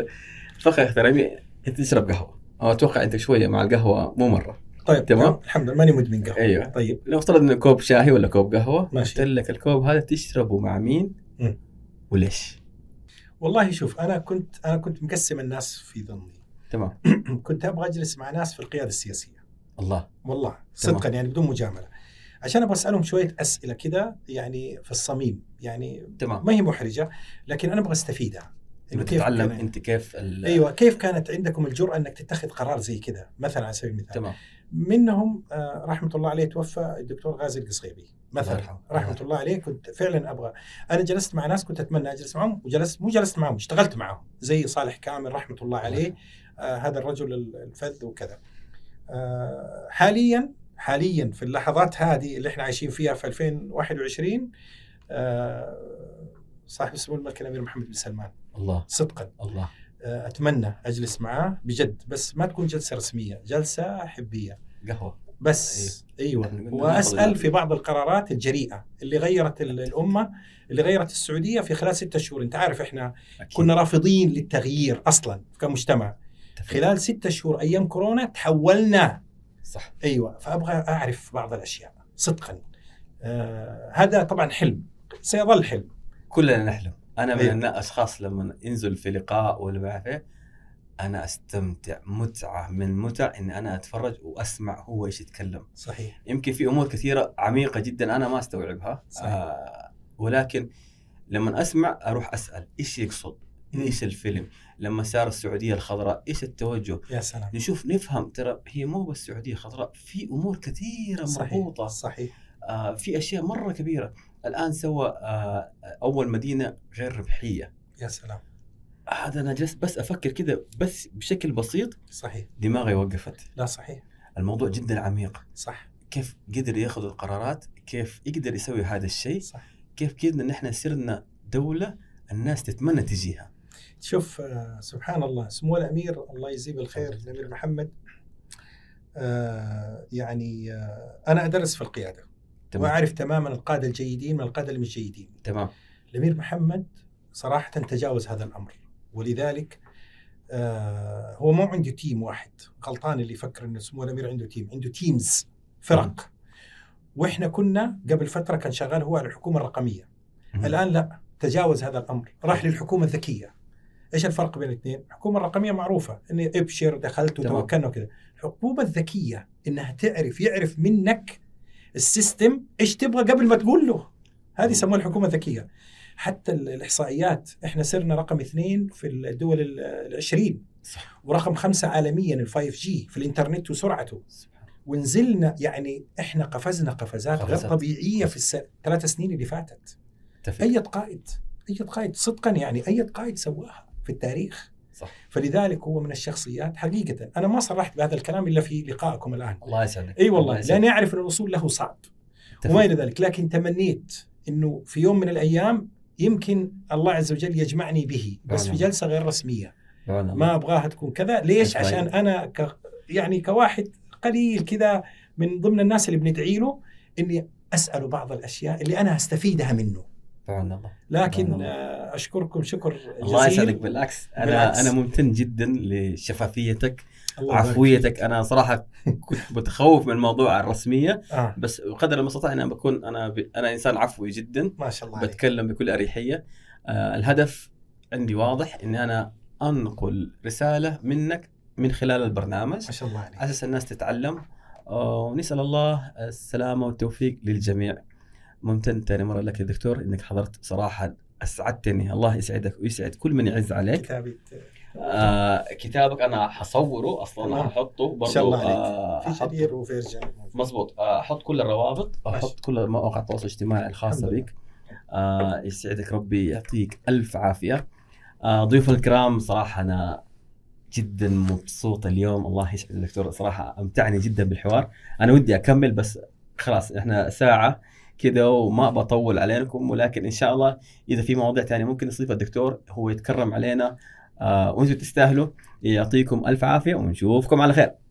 S1: الفقرة الختامية انت تشرب قهوة أو اتوقع انت شوية مع القهوة مو مرة
S2: طيب
S1: تمام.
S2: تمام الحمد لله ماني مدمن قهوه
S1: ايوه.
S2: طيب
S1: لو افترض انه كوب شاهي ولا كوب قهوة
S2: ماشي.
S1: قلت لك الكوب هذا تشربه مع مين
S2: مم.
S1: وليش
S2: والله شوف انا كنت انا كنت مقسم الناس في ظني *clears throat*
S1: تمام
S2: كنت ابغى اجلس مع ناس في القياده السياسيه
S1: الله
S2: والله صدقا يعني بدون مجامله عشان ابغى اسالهم شويه اسئله كده يعني في الصميم يعني
S1: تمام
S2: ما هي محرجه لكن انا ابغى استفيدها إنه
S1: انت
S2: كيف يعني؟
S1: تتعلم
S2: كان-
S1: انت كيف ال-
S2: ايوه كيف كانت عندكم الجراه انك تتخذ قرار زي كده مثلا على سبيل المثال
S1: تمام
S2: منهم آه، رحمه الله عليه توفى الدكتور غازي القصيبي
S1: الله
S2: مثلا
S1: يرحمه.
S2: رحمه الله عليه كنت فعلا ابغى انا جلست مع ناس كنت اتمنى اجلس معهم وجلست مو جلست معهم اشتغلت معهم زي صالح كامل رحمه الله عليه آه هذا الرجل الفذ وكذا آه حاليا حاليا في اللحظات هذه اللي احنا عايشين فيها في 2021 آه صاحب السمو الملك الامير محمد بن سلمان
S1: الله
S2: صدقا
S1: الله
S2: آه اتمنى اجلس معاه بجد بس ما تكون جلسه رسميه جلسه حبيه
S1: قهوة
S2: بس
S1: نحن
S2: ايوه
S1: قلنا ناخذ
S2: واسال في بعض القرارات الجريئه اللي غيرت ال- الامه اللي غيرت السعوديه في خلال ستة شهور انت عارف احنا
S1: أكيد.
S2: كنا رافضين للتغيير اصلا كمجتمع
S1: اتفق.
S2: خلال ستة شهور ايام كورونا تحولنا
S1: صح
S2: ايوه فابغى اعرف بعض الاشياء صدقا آه هذا طبعا حلم سيظل حلم
S1: كلنا نحلم انا من
S2: أيوة.
S1: النا- الاشخاص لما انزل في لقاء ولا ما أعرف إيه، انا استمتع متعه من متع ان انا اتفرج واسمع هو ايش يتكلم
S2: صحيح
S1: يمكن في امور كثيره عميقه جدا انا ما استوعبها
S2: صحيح.
S1: آه ولكن لما اسمع اروح اسال ايش يقصد ايش الفيلم لما سار السعوديه الخضراء ايش التوجه
S2: يا سلام
S1: نشوف نفهم ترى هي مو بس السعوديه خضراء في امور كثيره
S2: صحيح
S1: مربوطه
S2: صحيح
S1: آه في اشياء مره كبيره الان سوى آه اول مدينه غير ربحيه
S2: يا سلام
S1: هذا انا جلست بس افكر كده بس بشكل بسيط
S2: صحيح
S1: دماغي وقفت
S2: لا صحيح
S1: الموضوع جدا عميق
S2: صح
S1: كيف قدر ياخذ القرارات كيف يقدر يسوي هذا الشيء
S2: صح
S1: كيف قدرنا ان احنا صرنا دولة الناس تتمنى تجيها
S2: شوف آه، سبحان الله سمو الامير الله يجزيه بالخير الامير محمد آه، يعني آه، انا ادرس في القياده
S1: تمام
S2: واعرف تماما القاده الجيدين من القاده اللي مش جيدين
S1: تمام
S2: الامير محمد صراحه تجاوز هذا الامر ولذلك آه، هو مو عنده تيم واحد غلطان اللي يفكر انه سمو الامير عنده تيم عنده تيمز فرق واحنا كنا قبل فتره كان شغال هو على الحكومه الرقميه
S1: مم.
S2: الان لا تجاوز هذا الامر راح للحكومه الذكيه ايش الفرق بين الاثنين الحكومه الرقميه معروفه اني ابشر دخلت
S1: تمام.
S2: وتوكلنا وكذا الحكومه الذكيه انها تعرف يعرف منك السيستم ايش تبغى قبل ما تقول له هذه
S1: مم.
S2: يسموها الحكومه الذكيه حتى ال- الاحصائيات احنا صرنا رقم اثنين في الدول ال- العشرين
S1: صح.
S2: ورقم خمسة عالميا الفايف جي في الانترنت وسرعته
S1: سبحان الله.
S2: ونزلنا يعني احنا قفزنا قفزات غير
S1: قفزات.
S2: طبيعية في الثلاث سنين اللي فاتت
S1: اتفق
S2: اي قائد اي قائد صدقا يعني اي قائد سواها في التاريخ
S1: صح
S2: فلذلك هو من الشخصيات حقيقه انا ما صرحت بهذا الكلام الا في لقائكم الان
S1: الله يسعدك
S2: اي والله
S1: الله يسعدك.
S2: لاني اعرف ان الوصول له صعب
S1: اتفق.
S2: وما الى ذلك لكن تمنيت انه في يوم من الايام يمكن الله عز وجل يجمعني به بس في
S1: نعم.
S2: جلسه غير رسميه
S1: بعون الله.
S2: ما ابغاها تكون كذا ليش
S1: أكيد.
S2: عشان انا ك... يعني كواحد قليل كذا من ضمن الناس اللي بندعي له اني اساله بعض الاشياء اللي انا هستفيدها منه
S1: بعون الله
S2: لكن
S1: الله.
S2: آه، اشكركم شكر
S1: الله يسعدك
S2: جزيل
S1: بالعكس انا
S2: بالعكس.
S1: انا ممتن جدا لشفافيتك
S2: الله يبارك.
S1: عفويتك انا صراحه كنت متخوف من موضوع الرسميه
S2: آه.
S1: بس قدر المستطاع انا بكون انا ب... انا انسان عفوي جدا
S2: ما شاء الله عليك.
S1: بتكلم بكل اريحيه آه الهدف عندي واضح اني انا انقل رساله منك من خلال البرنامج
S2: ما شاء الله عليك
S1: على اساس الناس تتعلم آه ونسال الله السلامه والتوفيق للجميع ممتن ثاني مره لك يا دكتور انك حضرت صراحه اسعدتني الله يسعدك ويسعد كل من يعز عليك
S2: كتابي
S1: آه كتابك انا حصوره اصلا
S2: تمام.
S1: ححطه برضه
S2: إن شاء الله عليك.
S1: آه
S2: في
S1: ححطه
S2: شرير وفي رجال
S1: مظبوط آه، احط كل الروابط
S2: ماشي.
S1: احط كل مواقع التواصل الاجتماعي الخاصه
S2: الحمد لله.
S1: بك آه، يسعدك ربي يعطيك الف عافيه آه، ضيوف الكرام صراحه انا جدا مبسوط اليوم الله يسعد الدكتور صراحه امتعني جدا بالحوار انا ودي اكمل بس خلاص احنا ساعه كده وما بطول عليكم ولكن ان شاء الله اذا في مواضيع ثانيه ممكن نستضيف الدكتور هو يتكرم علينا آه وانتم تستاهلوا يعطيكم الف عافيه ونشوفكم على خير